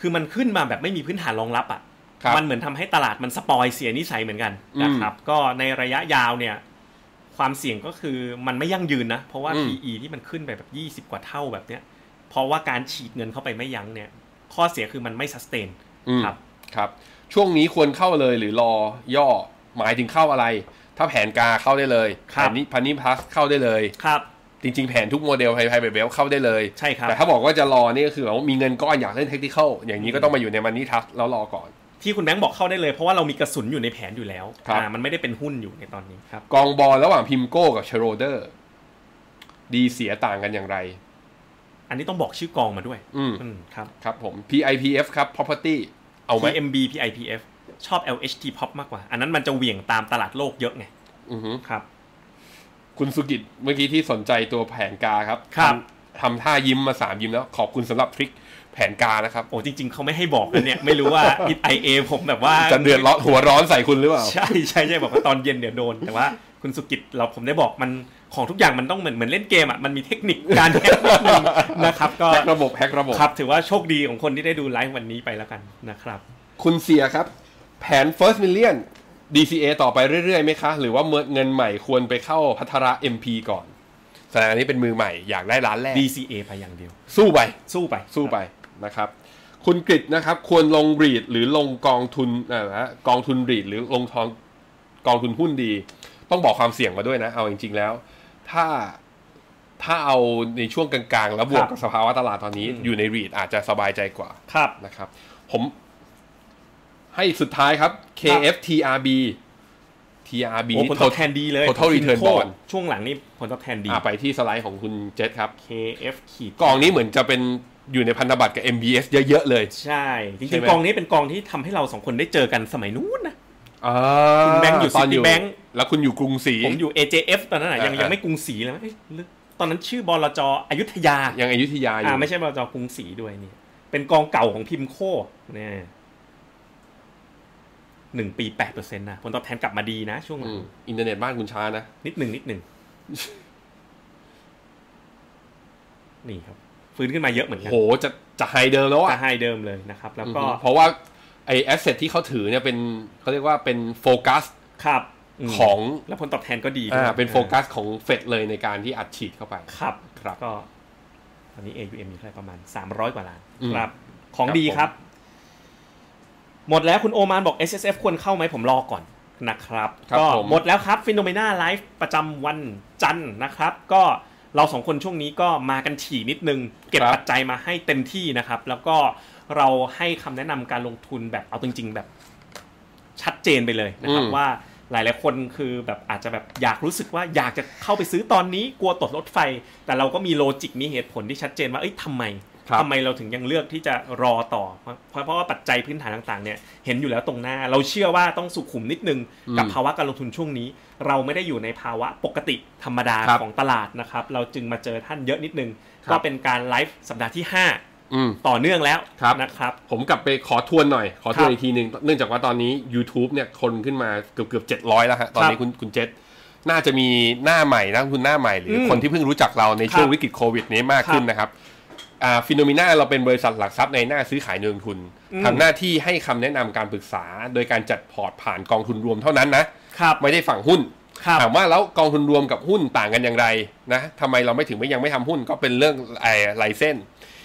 B: คือมันขึ้นมาแบบไม่มีพื้นฐานรองรับอ่ะ
C: ครับ
B: มันเหมือนทำให้ตลาดมันสปอยเสียนิสัยเหมือนกันนะครับ ก็ในระยะยาวเนี่ย ความเสี่ยงก็คือมันไม่ยั่งยืนนะ เพราะว่า
C: อืม
B: PE ที่มันขึ้นไปแบบ 20 กว่าเท่าแบบเนี้ย เพราะว่าการฉีดเงินเข้าไปไม่ยั้งเนี่ย ข้อเสียคือมันไม่สแตน
C: อืม
B: ครับ
C: ครับ ช่วงนี้ควรเข้าเลยหรือรอย่อหมายถึงเข้าอะไร ถ้าแผนกาเข้าได้เลย
B: ค
C: แผ
B: รับ
C: นนี้พันนี้พลัสเข้าได้เลย
B: ครับ
C: จริง ๆ แผนทุกโมเดลไฮไฮแบบเวลเข้าได้เลย
B: ใช่ครับ
C: แต่ถ้าบอกว่าจะรอนี่ก็คือแบบว่ามีเงินก้อนอยากเล่นเทคนิคอย่างนี้ก็ต้องมาอยู่ในมันนี่ทัสแล้วรอก่อน
B: ที่คุณแบงค์บอกเข้าได้เลย เพราะว่าเรามีกระสุนอยู่ในแผนอยู่แล้ว
C: ครับ
B: อ่ามันไม่ได้เป็นหุ้นอยู่ในตอนนี้ครับ
C: กองบอลระหว่างพิมโก้กับเชโรเดอร์ดีเสียต่างกันอย่างไร
B: อันนี้ต้องบอกชื่อกองมาด้วย
C: อืม
B: อืมครับ
C: ครับผม PIPF ครับ property เอาไหม
B: PMB PIPF ชอบ LHT Pop มากกว่า อันนั้นมันจะเหวี่ยงตามตลาดโลกเยอะไง
C: อือหือ
B: ครับ
C: คุณสุกิจเมื่อกี้ที่สนใจตัวแผนกาครับ
B: ครับ
C: ทำทำท่ายิ้มมาสามยิ้มแล้ว ขอบคุณสำหรับทริคแผนกานะครับ
B: โอ้จริง ๆ เขาไม่ให้บอกนะเนี่ย ไม่รู้ว่า IA ผมแบบว่า
C: จะเดือดร้อนหัวร้อนใส่คุณหรือเปล่า
B: ใช่ใช่ใช่บอกว่าตอนเย็นเดี๋ยวโดน แต่ว่าคุณสุกิจเราผมได้บอกมันของทุกอย่างมันต้องเหมือนเหมือนเล่นเกมอ่ะ มันมีเทคนิคการแฮกนิดนึงนะครับก็
C: แฮกระบบแฮกระบบ
B: ครับถือว่าโชคดีของคนที่ได้ดูไลฟ์วันนี้ไปแล้วกันนะครับ
C: คุณเสียครับ แผน first million DCA ต่อไปเรื่อยๆไหมคะ หรือว่าเงินใหม่ควรไปเข้าพัทระ MP ก่อนแสดงอันนี้เป็นมือใหม่อยากได้ร้านแรก
B: DCA ไปอย่างเดียว
C: สู้ไป
B: สู้ไป
C: สู้ไปนะครับ คุณกริตนะครับ ควรลงรีดหรือลงกองทุนเอ่อนะกองทุนรีดหรือลงทองกองทุนหุ้นดี ต้องบอกความเสี่ยงมาด้วยนะ เอาจริง ๆแล้ว ถ้าถ้าเอาในช่วงกลางๆ แล้วบวกกับสภาวะตลาดตอนนี้ อยู่ในรีดอาจจะสบายใจกว่า
B: ครับ
C: นะครับ ผมให้สุดท้ายครับ KFTRB TRB
B: โอ้ผลตอบแทนดีเลย
C: Total Return
B: Finco
C: Bond
B: ช่วงหลังนี่ผลตอบแทนดี
C: อ่ะไปที่สไลด์ของคุณเจษครับ
B: KF ขีด
C: กองนี้เหมือนจะเป็นอยู่ในพันธบัตรกับ MBS เยอะ ๆ เลย
B: ใช่จ
C: ใช่
B: ริง
C: ไหม
B: ๆกองนี้เป็นกองที่ทำให้เราสองคนได้เจอกันสมัยนู้นนะ
C: อ่า
B: คุณแบงค์อยู่
C: ต
B: Citibank
C: แล้วคุณอยู่กรุงศรี
B: ผมอยู่ AJF ตอนนั้นนะยัง
C: อ่ายั
B: ยังไม่กรุงศรีเลยนะเอ้ยหรือตอนนั้นชื่อบลจอยุธยา
C: ยังอยุธยาอยู่
B: อ่าไม่ใช่บลจกรุงศรีด้วยนี่เป็นกองเก่าของพิมโคเนี่ยหนึ่งปีแปดเปอร์เซ็นต์นะผลตอบแทนกลับมาดีนะช่วงหลั
C: อื
B: ง
C: มอินเทอร์เน็ตบ้านคุณช้านะ
B: นิดหนึ่งนิดหนึ่งนี่ครับ ฟื้นขึ้นมาเยอะเหมือนกัน
C: โหจะจะไฮเดิมแล้ว
B: จะ
C: อ่ะ
B: ให้เดิมเลยนะครับ แล้วก็
C: อืมเพราะว่าไอแอสเซทที่เขาถือเนี่ยเป็นเขาเรียกว่าเป็นโฟกัส
B: ครับม
C: ของ
B: แล้วผลตอบแทนก็ดีด้วย
C: อ่าเป็นโฟกัสของเฟดเลยในการที่อัดฉีดเข้าไป
B: ครับ
C: ครับ
B: ก็ตอนนี้ AUM มีแค่ประมาณ 300 กว่าล้าน
C: อืม
B: ครับ ของดีครับ หมดแล้วคุณโอมานบอก S S F ควรเข้าไหมผมรอก่อนนะครับ
C: ครับ
B: ก็
C: ผม
B: หมดแล้วครับฟิโนเมนาไลฟ์ประจำวันจันทร์นะครับ ก็เราสองคนช่วงนี้ก็มากันถี่นิดนึง เก็บปัจจัยมาให้เต็มที่นะครับ แล้วก็เราให้คำแนะนำการลงทุนแบบเอาจริง ๆ แบบชัดเจนไปเลยนะครับ
C: อืม
B: ว่าหลายๆคนคือแบบอาจจะแบบอยากรู้สึกว่าอยากจะเข้าไปซื้อตอนนี้กลัวตกรถไฟ แต่เราก็มีโลจิกมีเหตุผลที่ชัดเจนว่าเอ้ยทำไม
C: ครับ
B: ทำไมเราถึงยังเลือกที่จะรอต่อ เพราะเพราะเพราะว่าปัจจัยพื้นฐานต่างๆเนี่ยเห็นอยู่แล้วตรงหน้า เราเชื่อว่าต้องสุขุมนิดนึง กับ
C: อืม
B: ภาวะการลงทุนช่วงนี้ เราไม่ได้อยู่ในภาวะปกติธรรมดา
C: ครับ
B: ของตลาดนะครับ เราจึงมาเจอท่านเยอะนิดนึง
C: ครับ
B: ก็เป็นการไลฟ์สัปดาห์ที่
C: อืม
B: 5 ต่อเนื่องแล้ว
C: ครับ
B: นะครับ
C: ผมกลับไปขอทวนหน่อย ขอทว
B: ครั
C: น
B: บ
C: อีกทีหนึ่งเนื่องจากว่าตอนนี้ YouTube เนี่ยคนขึ้นมาเกือบเกือบเจ็ดร้อยแล้วฮะ ตอนนี้
B: ครับ
C: คุณคุณเจษน่าจะมีหน้าใหม่นักลงทุนหน้าใหม่หรืออ
B: ม
C: คนที่เพิ่งรู้จักเราในช่วง
B: ครับ
C: วิกฤตโควิดนี้มากขึ้นนะครับอ่าฟิโนมิน่าเราเป็นบริษัทหลักทรัพย์ในหน้าซื้อขายเงินทุน
B: อืม
C: ทำหน้าที่ให้คำแนะนำการปรึกษา โดยการจัดพอร์ตผ่านกองทุนรวมเท่านั้นนะ
B: ครับ
C: ไม่ได้ฝั่งหุ้น
B: ครับ
C: ถามว่าแล้วกองทุนรวมกับหุ้นต่างกันอย่างไรนะทำไมเราไม่ถึงไม่ยังไม่ทำหุ้นก็เป็นเรื่องไอ้ไลเส้น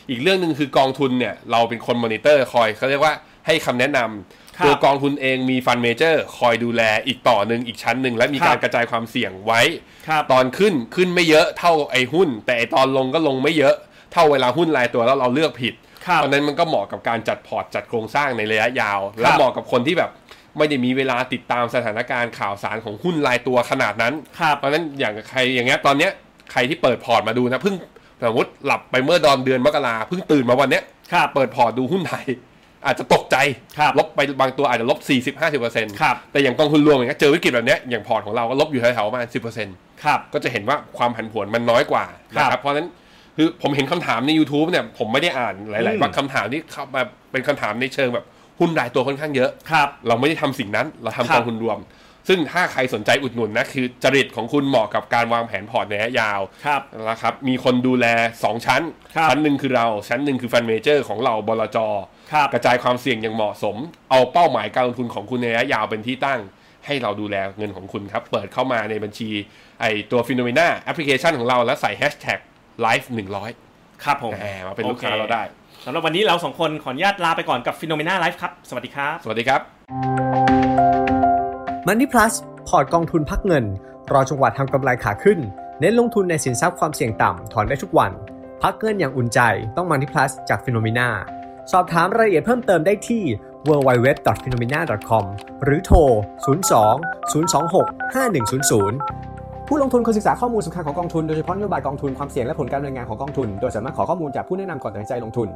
C: อีกเรื่องหนึ่งคือกองทุนเนี่ยเราเป็นคนมอนิเตอร์คอยเขาเรียกว่าให้คำแนะนำ
B: ครับ
C: ตัวกองทุนเองมีฟันเมเจอร์คอยดูแลอีกต่อหนึ่งอีกชั้นหนึ่งและมีการกระจายความเสี่ยงไว้
B: ครับ
C: ตอนขึ้นขึ้นไม่เยอะเท่าไอ้หุ้น แต่ไอ้ตอนลงก็ลงไม่เยอะ เท่าเวลาหุ้นรายตัวแล้วเราเลือกผิด
B: ครับ
C: เพราะฉะนั้นมันก็เหมาะกับการจัดพอร์ตจัดโครงสร้างในระยะยาว
B: ค
C: และ
B: รับ
C: เหมาะกับคนที่แบบไม่ได้มีเวลาติดตามสถานการณ์ข่าวสารของหุ้นรายตัวขนาดนั้น
B: ครับ
C: เพราะฉะนั้นอย่างใครอย่างเงี้ยตอนเนี้ยใครที่เปิดพอร์ตมาดูนะเพิ่งสมมติหลับไปเมื่อตอนเดือนมกราเพิ่งตื่นมาวันเนี้ย
B: ครับ
C: เปิดพอร์ตดูหุ้นไทย อาจจะตกใจ
B: ครับ
C: ลบไปบางตัวอาจจะลบ 40-50%
B: ครับ
C: แต่อย่างกองทุนรวมอย่างเงี้ยเจอวิกฤตแบบเนี้ยอย่างพอร์ตของเราก็ลบอยู่แถวๆประมาณ10%
B: ครับ
C: ก็จะเห็นว่าความผันผวนมันน้อยกว่านะ
B: ค
C: ค
B: รั
C: รับบ เพราะฉะนั้นคือผมเห็นคำถามใน YouTube เนี่ยผมไม่ได้อ่านหลาย
B: อื
C: ๆ
B: ม
C: บางคำถามที่เข้ามาเป็นคำถามในเชิงแบบหุ้นรายตัวค่อนข้างเยอะ
B: ครับ
C: เราไม่ได้ทำสิ่งนั้นเราทำ
B: ครับ
C: กองทุนรวม ซึ่งถ้าใครสนใจอุดหนุนนะคือจริตของคุณเหมาะกับการวางแผนพอร์ตในระยะยาว
B: ครับ
C: นะครับมีคนดูแล 2 ชั้น
B: ครับ
C: ชั้นหนึ่งคือเราชั้นหนึ่งคือฟันเมเจอร์ของเราบลจ
B: ครับ
C: กระจายความเสี่ยงอย่างเหมาะสม เอาเป้าหมายการลงทุนของคุณในระยะยาวเป็นที่ตั้ง ให้เราดูแลเงินของคุณครับ เปิดเข้ามาในบัญชีไอตัวฟิโนเมนาแอปพลิเคชันของเราแล้วใส่แฮชแท็ก live 100
B: ครับผม
C: แหมมาเป็นลูกค้า
B: โอ
C: เราได้
B: สำหรับวันนี้เราสองคนขออนุญาตลาไปก่อนกับฟิโนเมนาไลฟ์ครับ สวัสดีครับ
C: สวัสดีครับ
A: Money Plus พอร์ตกองทุนพักเงิน รอจังหวะทำกำไรขาขึ้น เน้นลงทุนในสินทรัพย์ความเสี่ยงต่ำ ถอนได้ทุกวัน พักเงินอย่างอุ่นใจต้อง Money Plus จาก p h e n o m e n a สอบถามรายละเอียดเพิ่มเติมได้ที่ www.phenomena.com หรือโทร 02 026 5100 ผู้ลงทุนควรศึกษาข้อมูลสำคัญของกองทุน โดยเฉพาะนโยบายกองทุนความเสี่ยงและผลการดำเนินงานของกองทุน โดยสามารถขอข้อมูลจากผู้แนะนำก่อนตัดสินใจลงทุน